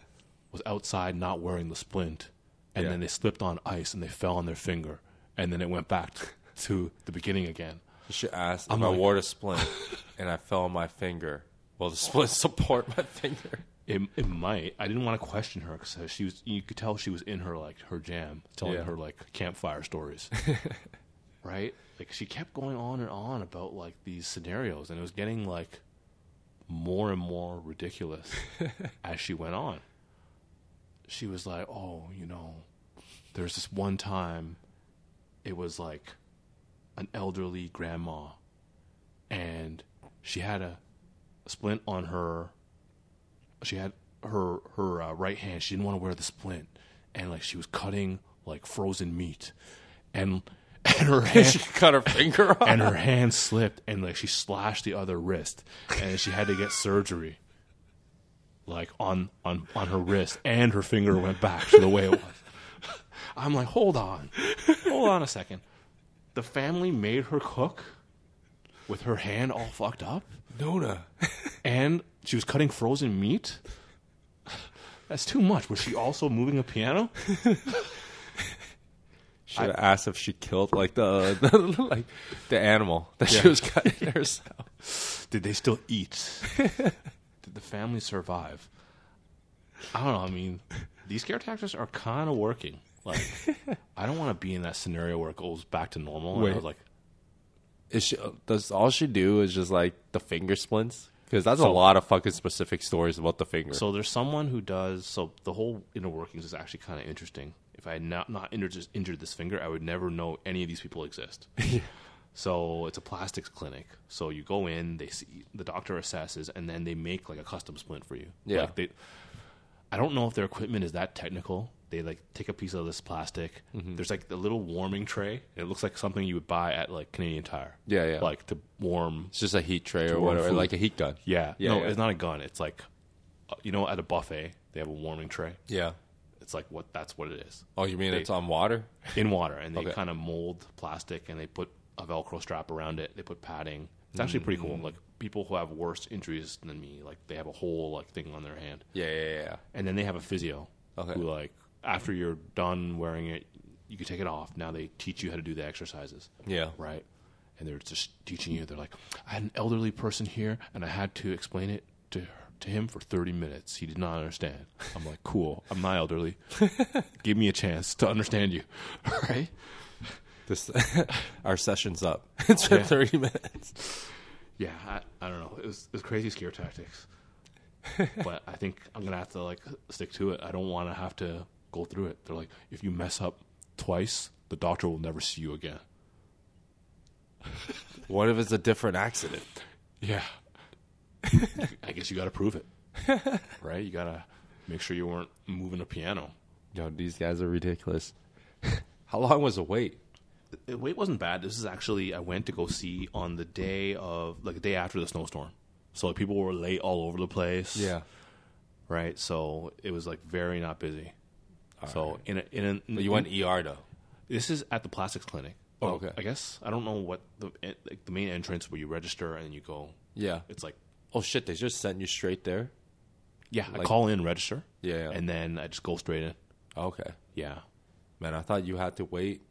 Speaker 1: was outside not wearing the splint, and
Speaker 2: Yeah.
Speaker 1: then they slipped on ice and they fell on their finger, and then it went back to the beginning again.
Speaker 2: You should ask
Speaker 1: I'm
Speaker 2: if I
Speaker 1: like-
Speaker 2: wore
Speaker 1: *laughs*
Speaker 2: a splint and I fell on my finger. Will the splint support my finger?
Speaker 1: *laughs*
Speaker 2: *laughs*
Speaker 1: It, it might. I didn't want to question her because she was. You could tell she was in her like her jam, telling
Speaker 2: Yeah.
Speaker 1: her like campfire stories, right? Like she kept going on and on about like these scenarios, and it was getting like more and more ridiculous as she went on. She was like, "Oh, you know, there's this one time it was like an elderly grandma, and she had a splint on her. She had her her uh, right hand. She didn't want to wear the splint, and like she was cutting like frozen meat, and *laughs* and her hand
Speaker 2: she cut her finger off.
Speaker 1: and her hand slipped and like she slashed the other wrist and she had to get surgery like on on on her wrist and her finger went back to the way it was *laughs* i'm like hold on hold on a second the family made her cook with her hand all fucked up
Speaker 2: Nona.
Speaker 1: and she was cutting frozen meat *sighs* that's too much was she also moving a piano
Speaker 2: Should have asked if *laughs* she killed like *laughs* the, the like the animal that she was *laughs* cutting herself.
Speaker 1: Did they still eat? *laughs* Did the family survive? I don't know. I mean, these scare tactics are kind of working. Like, I don't want to be in that scenario where it goes back to normal. And I
Speaker 2: Wait.
Speaker 1: was like,
Speaker 2: Is she, does all she do is just like the finger splints? Because that's a lot of fucking specific stories about the finger.
Speaker 1: so there's someone who does. So the whole inner workings is actually kind of interesting. If I had not not injured this, injured this finger, I would never know any of these people
Speaker 2: *laughs*
Speaker 1: exist. So it's a plastics clinic. So you go in, they see the doctor assesses, and then they make like a custom splint for you.
Speaker 2: Yeah.
Speaker 1: Like they, I don't know if their equipment is that technical. They like take a piece of this plastic.
Speaker 2: Mm-hmm.
Speaker 1: There's like the little warming tray. It looks like something you would buy at like Canadian Tire.
Speaker 2: Yeah, yeah.
Speaker 1: Like to warm.
Speaker 2: it's just a heat tray or
Speaker 1: warm
Speaker 2: whatever,
Speaker 1: food.
Speaker 2: like a heat gun.
Speaker 1: Yeah.
Speaker 2: Yeah,
Speaker 1: no,
Speaker 2: yeah.
Speaker 1: it's not a gun. It's like, uh, you know, at a buffet they have a warming tray.
Speaker 2: Yeah.
Speaker 1: It's like what that's what it is
Speaker 2: Oh, you mean it's on water?
Speaker 1: in water, and they
Speaker 2: Okay.
Speaker 1: kind of mold plastic and they put a Velcro strap around it. They put padding. It's actually pretty
Speaker 2: Mm.
Speaker 1: cool. Like people who have worse injuries than me, like they have a whole like thing on their hand,
Speaker 2: Yeah, yeah, yeah.
Speaker 1: and then they have a physio
Speaker 2: Okay.
Speaker 1: who like after you're done wearing it, you can take it off. Now they teach you how to do the exercises,
Speaker 2: Yeah.
Speaker 1: right? And they're just teaching you. They're like, I had an elderly person here, and I had to explain it to her, to him for thirty minutes. He did not understand. I'm like, cool. I'm not elderly. Give me a chance to understand you, *laughs* right?
Speaker 2: This *laughs* our session's up. *laughs* It's been thirty minutes.
Speaker 1: yeah, I, I don't know. It was, it was crazy scare tactics. but I think I'm gonna have to like stick to it. I don't want to have to go through it. They're like, if you mess up twice, the doctor will never see you again.
Speaker 2: What if it's a different accident?
Speaker 1: Yeah, *laughs* I guess you got to prove it, *laughs* right? You gotta make sure you weren't moving a piano.
Speaker 2: Yo, these guys are ridiculous. *laughs* How long was the wait?
Speaker 1: The wait wasn't bad. This is actually I went to go see on the day of like the day after the snowstorm. So like, people were late all over the place. right? So it was like very not busy. so in a, in, a,
Speaker 2: But you went ER though.
Speaker 1: This is at the plastics clinic.
Speaker 2: Oh, okay.
Speaker 1: I guess I don't know what the like the main entrance where you register and you go.
Speaker 2: Yeah.
Speaker 1: It's like
Speaker 2: Oh shit, they just sent you straight there?
Speaker 1: yeah, I
Speaker 2: Like-
Speaker 1: call in, register,
Speaker 2: Yeah.
Speaker 1: and then I just go straight in.
Speaker 2: Okay.
Speaker 1: Yeah.
Speaker 2: Man, I thought you had to wait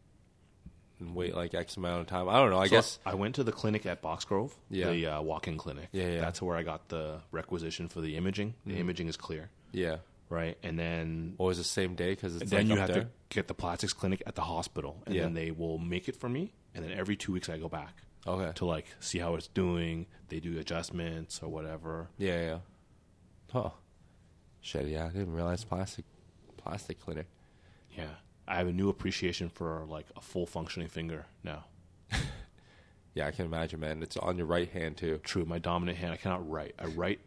Speaker 2: and wait like X amount of time. I don't know. I
Speaker 1: So
Speaker 2: guess
Speaker 1: I went to the clinic at Box Grove,
Speaker 2: Yeah.
Speaker 1: the uh, walk-in clinic.
Speaker 2: Yeah, Mm-hmm. yeah.
Speaker 1: That's where I got the requisition for the imaging. The imaging is clear,
Speaker 2: yeah.
Speaker 1: right? And then
Speaker 2: Or was it the same day because it's
Speaker 1: then
Speaker 2: like,
Speaker 1: you have
Speaker 2: up there?
Speaker 1: to get the plastics clinic at the hospital, and
Speaker 2: Yeah.
Speaker 1: then they will make it for me. And then every two weeks I go back
Speaker 2: Okay.
Speaker 1: to like see how it's doing. They do adjustments or whatever.
Speaker 2: Yeah, yeah. Huh. Shit, yeah, I didn't realize plastic plastic clinic.
Speaker 1: Yeah, I have a new appreciation for like a full functioning finger now.
Speaker 2: Yeah, I can imagine, man. It's on your right hand too.
Speaker 1: True, my dominant hand. I cannot write. I write.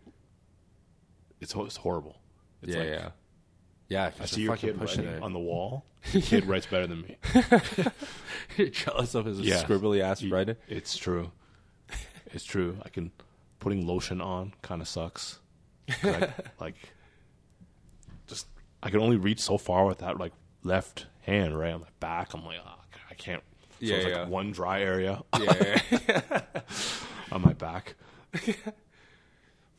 Speaker 1: It's, ho- it's horrible. It's
Speaker 2: yeah,
Speaker 1: like,
Speaker 2: yeah. Yeah,
Speaker 1: I
Speaker 2: because
Speaker 1: see your kid
Speaker 2: pushing
Speaker 1: writing
Speaker 2: it.
Speaker 1: on the wall. The kid writes better than me.
Speaker 2: *laughs* You're jealous of his
Speaker 1: *laughs* Yeah.
Speaker 2: scribbly ass
Speaker 1: You-
Speaker 2: writing.
Speaker 1: It's true. It's true. I can putting lotion on kind of sucks. 'Cause
Speaker 2: *laughs*
Speaker 1: I, like, just I can only reach so far with that like left hand, right on my back. I'm like, ah, I can't. So
Speaker 2: Yeah,
Speaker 1: it's like
Speaker 2: yeah.
Speaker 1: one dry area *laughs*
Speaker 2: Yeah.
Speaker 1: on my back.
Speaker 2: *laughs*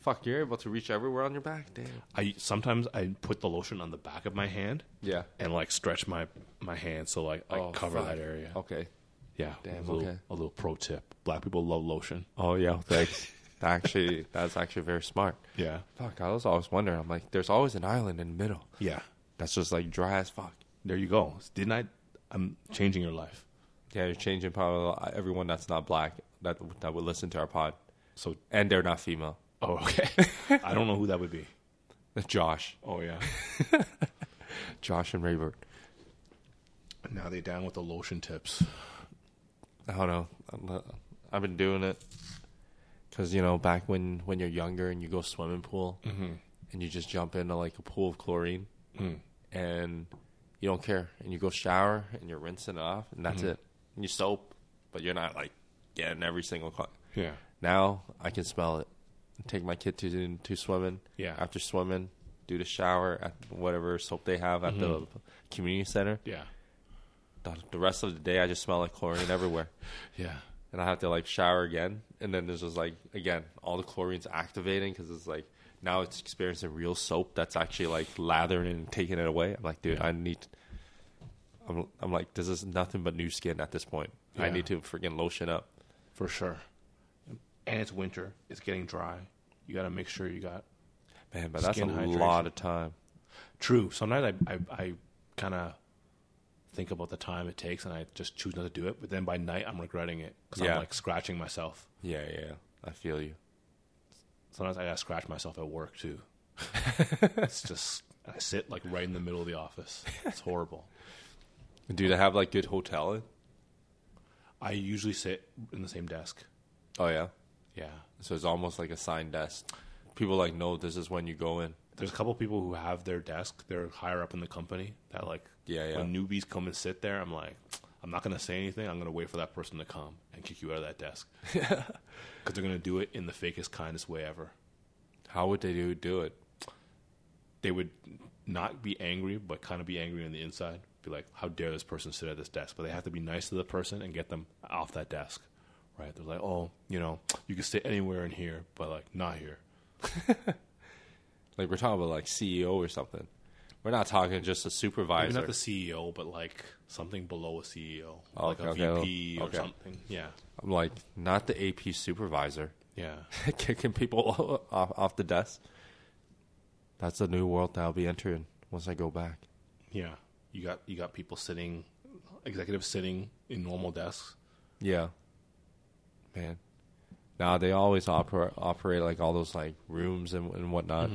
Speaker 2: Fuck, you're able to reach everywhere on your back. Damn.
Speaker 1: I sometimes I put the lotion on the back of my hand
Speaker 2: Yeah.
Speaker 1: and like stretch my my hand so like I
Speaker 2: Oh,
Speaker 1: cover
Speaker 2: fuck.
Speaker 1: that area.
Speaker 2: Okay.
Speaker 1: Yeah,
Speaker 2: Damn,
Speaker 1: a little,
Speaker 2: okay.
Speaker 1: a little pro tip: black people love lotion.
Speaker 2: Oh yeah, *laughs* thanks. actually, that's actually very smart.
Speaker 1: Yeah,
Speaker 2: Fuck, I was always wondering. I'm like, there's always an island in the middle
Speaker 1: yeah.
Speaker 2: that's just like dry as fuck.
Speaker 1: There you go. Didn't I? I'm changing your life.
Speaker 2: Yeah, you're changing probably everyone that's not black that that would listen to our pod,
Speaker 1: So,
Speaker 2: and they're not female. *laughs*
Speaker 1: oh, okay. *laughs* I don't know who that would be.
Speaker 2: Josh,
Speaker 1: Oh yeah.
Speaker 2: Josh and Rayburn.
Speaker 1: Now they down with the lotion tips.
Speaker 2: I don't know. I'm not- I've been doing it because you know back when when you're younger and you go swimming pool
Speaker 1: Mm-hmm.
Speaker 2: and you just jump into like a pool of chlorine
Speaker 1: Mm.
Speaker 2: and you don't care and you go shower and you're rinsing it off and
Speaker 1: Mm-hmm.
Speaker 2: that's it. And you soap, but you're not like getting every single. Cl-
Speaker 1: Yeah.
Speaker 2: now I can smell it. Take my kid to to swimming.
Speaker 1: Yeah.
Speaker 2: After swimming, do the shower at whatever soap they have at the community center.
Speaker 1: Mm-hmm. Yeah.
Speaker 2: The, the rest of the day, I just smell like chlorine everywhere
Speaker 1: Yeah.
Speaker 2: and I have to like shower again, and then there's just like again all the chlorine's activating because it's like now it's experiencing real soap that's actually like lathering and taking it away. I'm like, dude, I need. I'm I'm like, this is nothing but new skin at this point. I
Speaker 1: Yeah.
Speaker 2: need to freaking lotion up.
Speaker 1: For sure. And it's winter. It's getting dry. You got to make sure you got
Speaker 2: Man, but that's
Speaker 1: Skin
Speaker 2: a
Speaker 1: hydration.
Speaker 2: lot of time.
Speaker 1: True. Sometimes I I, I kind of think about the time it takes, and I just choose not to do it. But then by night, I'm regretting it because
Speaker 2: Yeah.
Speaker 1: I'm like scratching myself.
Speaker 2: Yeah, yeah, I feel you.
Speaker 1: Sometimes I gotta scratch myself at work
Speaker 2: *laughs*
Speaker 1: too. it's just I sit like right in the middle of the office. It's horrible.
Speaker 2: Do they have like good hotel? in?
Speaker 1: I usually sit in the same desk.
Speaker 2: Oh yeah,
Speaker 1: Yeah.
Speaker 2: so it's almost like a sign desk. People like, no, this is when you go in.
Speaker 1: There's a couple people who have their desk. They're higher up in the company. That like
Speaker 2: Yeah, yeah.
Speaker 1: when newbies come and sit there, I'm like, I'm not gonna say anything. I'm gonna wait for that person to come and kick you out of that
Speaker 2: *laughs*
Speaker 1: desk. Because they're gonna do it in the fakest, kindest way ever.
Speaker 2: How would they do do it?
Speaker 1: they would not be angry, but kind of be angry on the inside. Be like, how dare this person sit at this desk? But they have to be nice to the person and get them off that desk, right? They're like, oh, you know, you can sit anywhere in here, but like not here.
Speaker 2: Like we're talking about like CEO or something. We're not talking just a
Speaker 1: Maybe
Speaker 2: supervisor.
Speaker 1: not the CEO, but like something below a CEO,
Speaker 2: Oh,
Speaker 1: like
Speaker 2: okay,
Speaker 1: a
Speaker 2: okay,
Speaker 1: VP
Speaker 2: okay.
Speaker 1: or something. Yeah,
Speaker 2: I'm like not the AP supervisor *laughs*
Speaker 1: yeah,
Speaker 2: kicking people *laughs* off off the desk. That's the new world that I'll be entering once I go back.
Speaker 1: yeah. You got you got people sitting, executives sitting in normal desks.
Speaker 2: Yeah, man. Now they always operate operate like all those like rooms and and whatnot.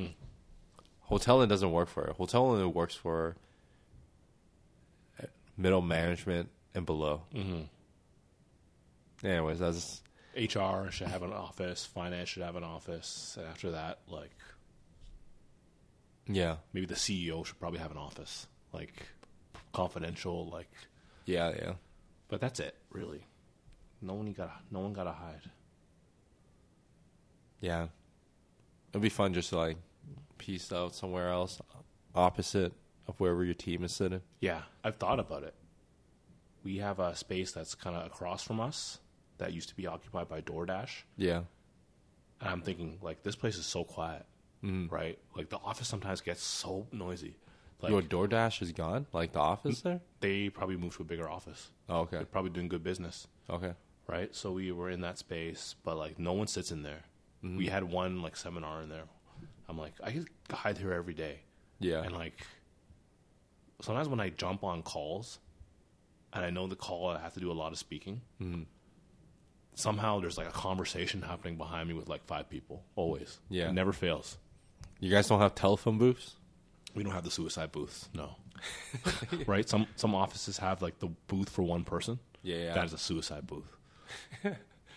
Speaker 2: Hoteling doesn't work for it. Hoteling works for uh, middle management and below. Mm-hmm. Anyways, that's
Speaker 1: HR should have an office. Finance should have an office. And after that, like
Speaker 2: yeah.
Speaker 1: maybe the CEO should probably have an office, like confidential, like.
Speaker 2: Yeah, yeah.
Speaker 1: But that's it, really. No one got no one got to hide.
Speaker 2: Yeah. It'd be fun just to like piece out somewhere else opposite of wherever your team is sitting.
Speaker 1: Yeah, I've thought about it. We have a space that's kind of across from us that used to be occupied by DoorDash,
Speaker 2: Yeah.
Speaker 1: and I'm thinking like this place is so quiet, right? Like the office sometimes gets so noisy. Like
Speaker 2: Your DoorDash is gone? Like the office there?
Speaker 1: they probably moved to a bigger office.
Speaker 2: Oh, okay.
Speaker 1: They're probably doing good business.
Speaker 2: Okay.
Speaker 1: right? So we were in that space, but like no one sits in there.
Speaker 2: Mm-hmm.
Speaker 1: We had one like seminar in there. I'm like, I could hide here every day,
Speaker 2: Yeah.
Speaker 1: and like sometimes when I jump on calls, and I know the call, I have to do a lot of speaking.
Speaker 2: Mm-hmm.
Speaker 1: Somehow there's like a conversation happening behind me with like five people. Always,
Speaker 2: Yeah.
Speaker 1: it never fails.
Speaker 2: You guys don't have telephone booths?
Speaker 1: We don't have the suicide booths, no. *laughs* right? Some some offices have like the booth for one person.
Speaker 2: Yeah, yeah.
Speaker 1: That is a suicide
Speaker 2: *laughs*
Speaker 1: booth.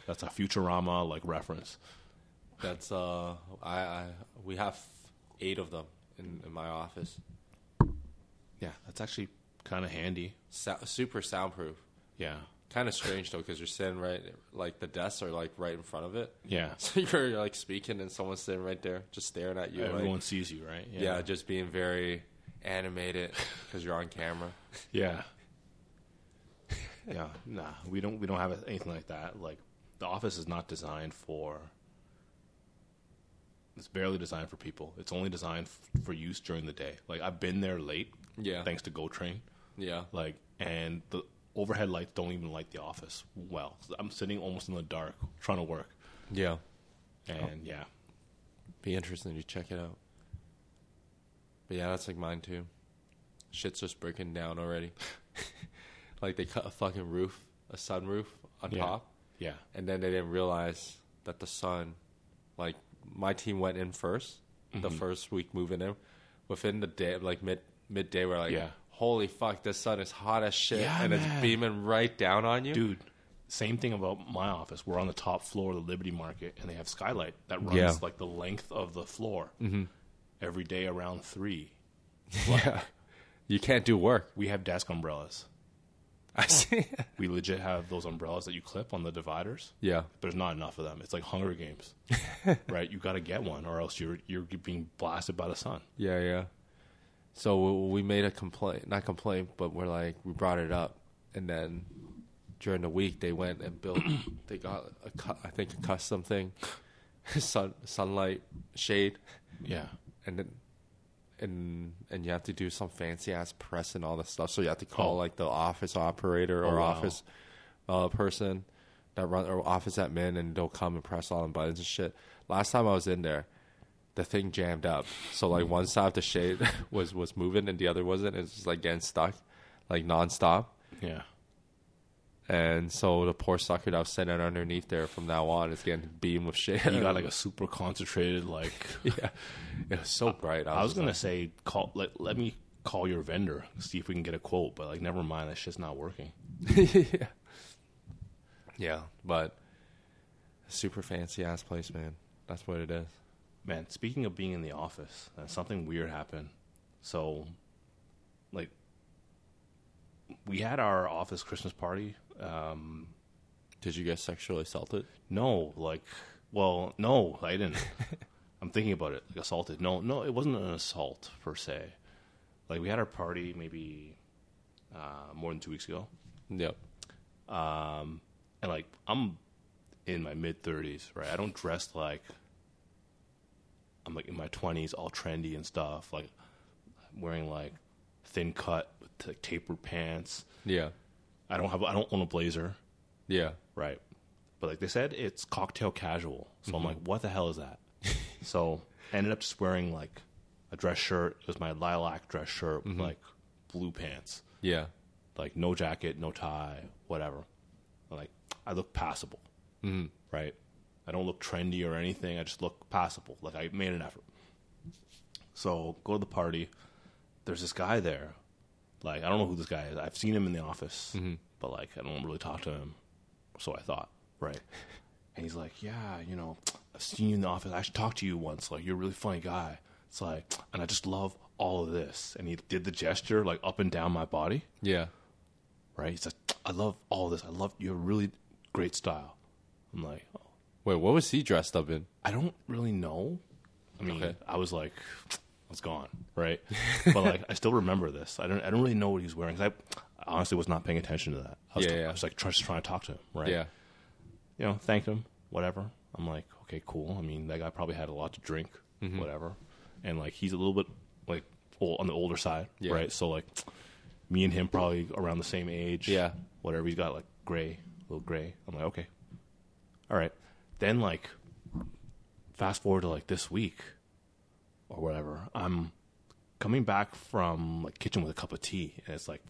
Speaker 1: That's a Futurama like reference.
Speaker 2: That's uh I, I we have eight of them in, in my office.
Speaker 1: Yeah, that's actually kind of handy.
Speaker 2: Sou- super soundproof.
Speaker 1: Yeah,
Speaker 2: Kind of strange though, because you're sitting right, like the desks are like right in front of it. *laughs*
Speaker 1: yeah.
Speaker 2: So you're like speaking, and someone's sitting right there, just staring at you. like-
Speaker 1: Everyone sees you, right?
Speaker 2: yeah, just being very animated because you're
Speaker 1: *laughs*
Speaker 2: on camera.
Speaker 1: yeah, yeah. Nah, we don't we don't have anything like that. Like the office is not designed for. It's barely designed for people. It's only designed f- for use during the day. Like I've been there late,
Speaker 2: Yeah.
Speaker 1: thanks to Go Train.
Speaker 2: Yeah,
Speaker 1: Like, and the overhead lights don't even light the office well. So I'm sitting almost in the dark trying to work,
Speaker 2: yeah.
Speaker 1: and yeah,
Speaker 2: Be interesting to check it out. But yeah, that's like mine too. Shit's just breaking down already. *laughs* like they cut a fucking roof, a sunroof on
Speaker 1: Yeah.
Speaker 2: top,
Speaker 1: yeah,
Speaker 2: and then they didn't realize that the sun, like my team went
Speaker 1: Mm-hmm.
Speaker 2: in 1st the first week moving in. Within the day, like mid midday, we're like,
Speaker 1: Yeah.
Speaker 2: holy fuck, the sun is hot as shit
Speaker 1: Yeah,
Speaker 2: and
Speaker 1: man.
Speaker 2: it's beaming right down on you.
Speaker 1: dude. Same thing about my office. We're on the top floor of the Liberty Market, and they have skylight that runs
Speaker 2: Yeah.
Speaker 1: like the length of the floor every day around three.
Speaker 2: yeah. You can't do work.
Speaker 1: We have desk umbrellas.
Speaker 2: I see.
Speaker 1: We legit have those umbrellas that you clip on the dividers.
Speaker 2: *laughs* yeah.
Speaker 1: There's not enough of them. It's like Hunger Games, right? You got to get one, or else you're you're being blasted by the sun.
Speaker 2: Yeah, yeah. So we- we made a complaint, not complaint, but we're like we brought it up, and then during the week they went and *clears throat* built. they got a cu- I think a custom thing, *laughs* sun sunlight shade,
Speaker 1: Yeah,
Speaker 2: and then and and you have to do some fancy ass press and all this stuff. So you have to call
Speaker 1: Oh.
Speaker 2: like the office operator or
Speaker 1: wow.
Speaker 2: office uh, person that run or office admin, and they'll come and press all the buttons and shit. Last time I was in there, the thing jammed up. So
Speaker 1: Hmm.
Speaker 2: like one side of the shade *laughs* was was moving and the other wasn't. It's just like getting stuck, like nonstop.
Speaker 1: yeah.
Speaker 2: And so the poor sucker that was sitting underneath there from now on is getting beamed with shit.
Speaker 1: You got like a super concentrated *laughs* like
Speaker 2: *laughs* yeah, it was so bright.
Speaker 1: I was gonna say call let, let me call your vendor see if we can get a quote, but like never mind, that shit's not working.
Speaker 2: yeah. Yeah, but super fancy ass place, man. That's what it is.
Speaker 1: Man, speaking of being in the office, uh, something weird happened. So, like, we had our office Christmas party. Um,
Speaker 2: Did you get sexually assaulted?
Speaker 1: no, like, well, no, I didn't. *laughs* I'm thinking about it. Like assaulted? No, no, it wasn't an assault per se. Like we had our party maybe uh, more than two weeks ago.
Speaker 2: Yep.
Speaker 1: um, and like I'm in my mid thirties, right? I don't dress like I'm like in my twenties, all trendy and stuff. Like wearing like thin cut with like, tapered pants.
Speaker 2: Yeah.
Speaker 1: I don't have I don't own a blazer,
Speaker 2: Yeah.
Speaker 1: right? But like they said, it's cocktail casual. So I'm like, what the hell is that? so I ended up just wearing like a dress shirt. It was my lilac dress shirt with like blue pants
Speaker 2: Yeah.
Speaker 1: like no jacket, no tie, whatever. Like I look passable, mm-hmm. right? I don't look trendy or anything. I just look passable. Like I made an effort. So go to the party. There's this guy there. Like I don't know who this guy is. I've seen him in the office, but like I don't really talk to him. So I thought, right? And he's like, yeah, you know, I've seen you in the office. I should talk to you once. Like you're a really funny guy. It's like, and I just love all of this. And he did the gesture like up and down my body
Speaker 2: Yeah.
Speaker 1: right? He's like, I love all this. I love you have really great style. I'm like, oh,
Speaker 2: Wait, what was he dressed up in?
Speaker 1: I don't really know. I mean,
Speaker 2: Okay.
Speaker 1: I was like, I was gone, right? but like, I still remember this. I don't, I don't really know what he was wearing. 'cause I, I honestly was not paying attention to that. I was,
Speaker 2: Yeah,
Speaker 1: t-
Speaker 2: yeah.
Speaker 1: I was like, try, just trying to talk to him, right?
Speaker 2: Yeah.
Speaker 1: You know, thanked him, whatever. I'm like, okay, cool. I mean, that guy probably had a lot to drink,
Speaker 2: Mm-hmm.
Speaker 1: whatever. And like, he's a little bit like old, on the older side,
Speaker 2: Yeah.
Speaker 1: right? So like, me and him probably around the same age.
Speaker 2: Yeah.
Speaker 1: Whatever. He's got like gray, a little gray. I'm like, okay. All right. Then like fast forward to like this week or whatever. I'm coming back from like kitchen with a cup of tea and it's like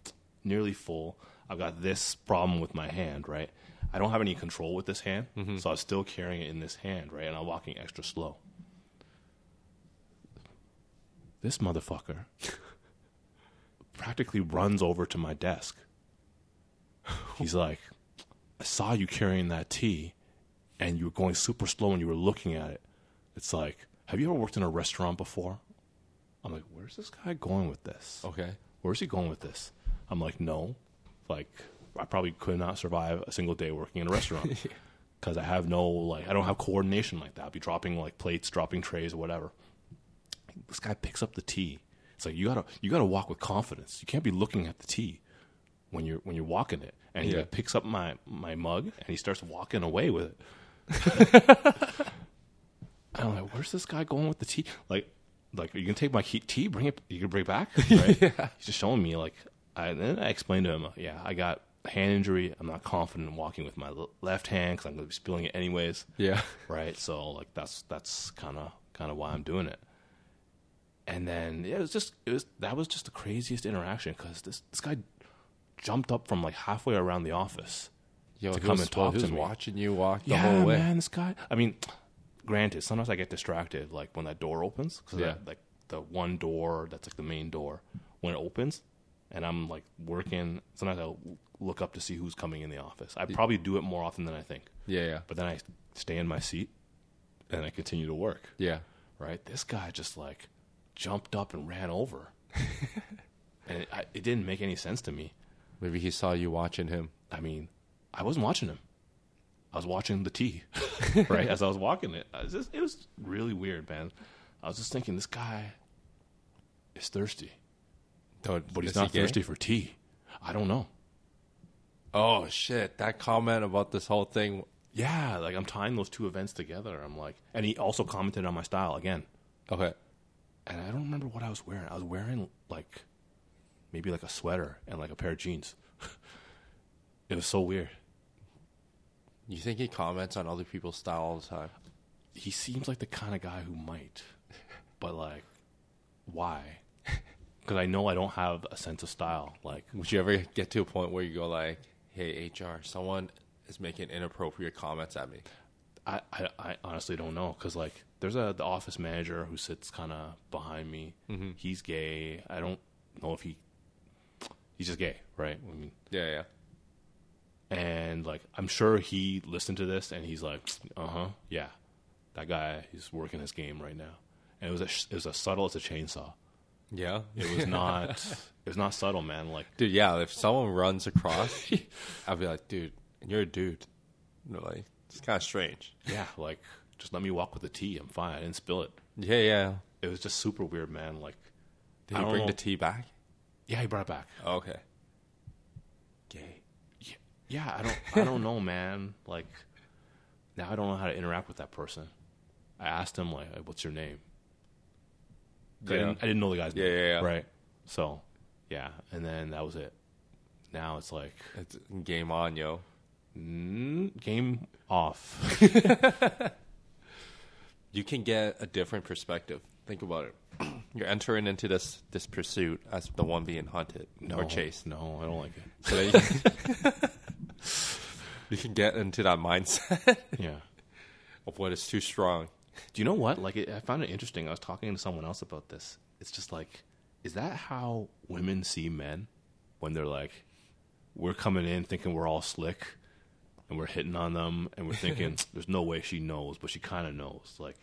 Speaker 1: nearly full. I've got this problem with my hand, right? I don't have any control with this hand, so I'm still carrying it in this hand, right? And I'm walking extra slow. This motherfucker practically runs over to my desk. He's like, I saw you carrying that tea and you were going super slow and you were looking at it. It's like, have you ever worked in a restaurant before? I'm like, where's this guy going with this?
Speaker 2: Okay.
Speaker 1: Where's he going with this? I'm like, no. Like, I probably could not survive a single day working in a restaurant because I have no, like, I don't have coordination like that. I'd be dropping, like, plates, dropping trays, or whatever. This guy picks up the tea. It's like, you gotta, you gotta walk with confidence. You can't be looking at the tea when you're, when you're walking it. And he
Speaker 2: Yeah.
Speaker 1: like, picks up my, my mug and he starts walking away with it. And I'm like, where's this guy going with the tea? Like, like are you gonna take my he- tea? Bring it. You can bring it back. Right? He's just showing me like. I, then I explained to him, yeah, I got hand injury. I'm not confident in walking with my le- left hand because I'm gonna be spilling it anyways.
Speaker 2: Yeah.
Speaker 1: Right. So like that's that's kind of kind of why I'm doing it. And then yeah, it was just it was that was just the craziest interaction because this this guy jumped up from like halfway around the office.
Speaker 2: Yo,
Speaker 1: To
Speaker 2: he
Speaker 1: come
Speaker 2: was-
Speaker 1: and talk
Speaker 2: he
Speaker 1: to
Speaker 2: was
Speaker 1: me.
Speaker 2: watching you walk the
Speaker 1: yeah,
Speaker 2: whole way.
Speaker 1: man, this guy. I mean, granted, sometimes I get distracted, like when that door opens, because
Speaker 2: Yeah.
Speaker 1: like the one door that's like the main door, when it opens, and I'm like working. Sometimes I'll look up to see who's coming in the office. I probably do it more often than I think.
Speaker 3: Yeah, yeah,
Speaker 1: But then I stay in my seat and I continue to work.
Speaker 3: yeah.
Speaker 1: Right? This guy just like jumped up and ran
Speaker 2: *laughs*
Speaker 1: over, and it, I, it didn't make any sense to me.
Speaker 2: Maybe he saw you watching him.
Speaker 1: I mean, I wasn't watching him. I was watching the tea,
Speaker 2: *laughs*
Speaker 1: right? As I was walking it, I was just, it was really weird, man. I was just thinking, this guy is thirsty,
Speaker 2: Don't-
Speaker 1: but he's
Speaker 2: is he
Speaker 1: not
Speaker 2: gay?
Speaker 1: thirsty for tea. I don't know.
Speaker 2: Oh shit! That comment about this whole thing.
Speaker 1: Yeah, like I'm tying those two events together. I'm like, and he also commented on my style again.
Speaker 2: Okay.
Speaker 1: And I don't remember what I was wearing. I was wearing like maybe like a sweater and like a pair of jeans. *laughs* it was so weird.
Speaker 2: You think he comments on other people's style all the time?
Speaker 1: he seems like the kind of guy who might, but like, why? Because I know I don't have a sense of style. Like,
Speaker 2: Would you ever get to a point where you go like, "Hey HR, someone is making inappropriate comments at me"?
Speaker 1: I, I, I honestly don't know. Because like, there's a the office manager who sits kind of behind me. He's gay. I don't know if he. He's just gay, right? I mean,
Speaker 2: Yeah, yeah.
Speaker 1: and like, I'm sure he listened to this and he's like, uh huh, yeah, that guy, he's working his game right now. And it was a, it was a subtle as a chainsaw.
Speaker 2: Yeah.
Speaker 1: It
Speaker 2: *laughs*
Speaker 1: was not. it was not subtle, man. Like.
Speaker 2: Dude, yeah, if someone runs *laughs* across, I'd be like, dude, you're a dude. And they're like, it's kind of strange.
Speaker 1: yeah, like just let me walk with the tea. I'm fine. I didn't spill it.
Speaker 2: Yeah, yeah.
Speaker 1: It was just super weird, man. Like,
Speaker 2: Did
Speaker 1: I
Speaker 2: he
Speaker 1: don't
Speaker 2: bring
Speaker 1: know.
Speaker 2: the tea back?
Speaker 1: yeah, he brought it back.
Speaker 2: Oh, okay. Gay.
Speaker 1: Yeah, yeah I don't, I don't know, man. Like, now I don't know how to interact with that person. I asked him like, "What's your name?" 'Cause I,
Speaker 2: Yeah.
Speaker 1: didn't, I didn't know the guy's
Speaker 2: Yeah,
Speaker 1: name.
Speaker 2: yeah, yeah.
Speaker 1: Right. So, yeah, and then that was it. Now it's like
Speaker 2: It's game on, yo.
Speaker 1: mm, game
Speaker 2: *laughs*
Speaker 1: off.
Speaker 2: You can get a different perspective. Think about it. *clears throat* You're entering into this this pursuit as the one being hunted or chased.
Speaker 1: No, I don't like it.
Speaker 2: So then you, can, you can get into that mindset *laughs*
Speaker 1: *laughs* Yeah.
Speaker 2: of what is too strong.
Speaker 1: Do you know what? Like, it, I found it interesting. I was talking to someone else about this. It's just like, is that how women see men when they're like, we're coming in thinking we're all slick and we're hitting on them and we're thinking, there's no way she knows, but she kind of knows. Like,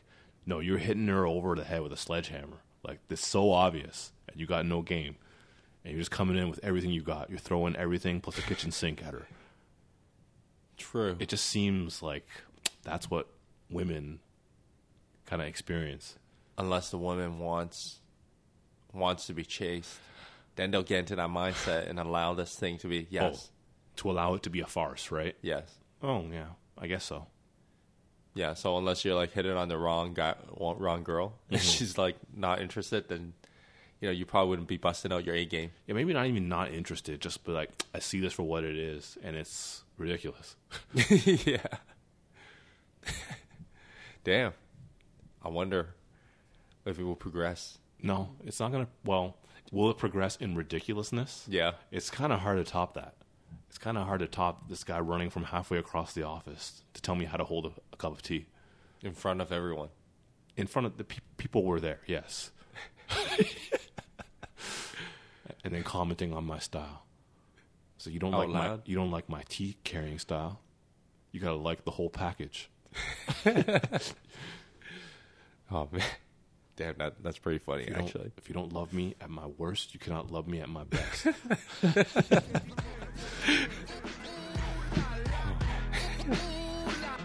Speaker 1: no, you're hitting her over the head with a sledgehammer. Like, this so obvious and you got no game. And you're just coming in with everything you got. You're throwing everything plus a kitchen sink at her
Speaker 2: True.
Speaker 1: it just seems like that's what women kind of experience.
Speaker 2: unless the woman wants wants to be chased then they'll get into that mindset and allow this thing to
Speaker 1: Oh.
Speaker 2: be yes
Speaker 1: To allow it to be a farce, right?
Speaker 2: yes
Speaker 1: Oh, yeah. I guess so.
Speaker 2: yeah so unless you're like hitting on the wrong guy wrong girl *laughs*
Speaker 1: Mm-hmm.
Speaker 2: and she's like not interested then you know you probably wouldn't be busting out your
Speaker 1: *laughs*
Speaker 2: a game
Speaker 1: Yeah, maybe not even not interested, just be like, I see this for what it is, and it's ridiculous. *laughs*
Speaker 2: yeah *laughs* damn i wonder if it will progress
Speaker 1: No, it's not going to, well, will it progress in ridiculousness?
Speaker 2: yeah
Speaker 1: It's kind of hard to top that. It's kind of hard to top this guy running from halfway across the office to tell me how to hold a, a cup of tea.
Speaker 2: in front of everyone
Speaker 1: in front of the pe- people were there,
Speaker 2: *laughs*
Speaker 1: yes. and then commenting on my style. So you don't
Speaker 2: Out
Speaker 1: like my
Speaker 2: loud?
Speaker 1: you don't like my tea carrying style. You gotta like the whole package.
Speaker 2: oh man *laughs* damn that, that's pretty funny
Speaker 1: You don't-
Speaker 2: actually
Speaker 1: if you don't love me at my worst, you cannot love me at my best.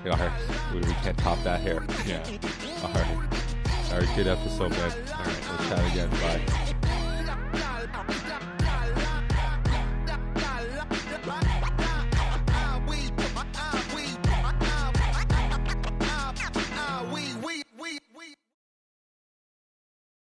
Speaker 2: All right. We, we can't top that here.
Speaker 1: yeah.
Speaker 2: All right. All right. Good episode, man. All right. We'll chat again. Bye.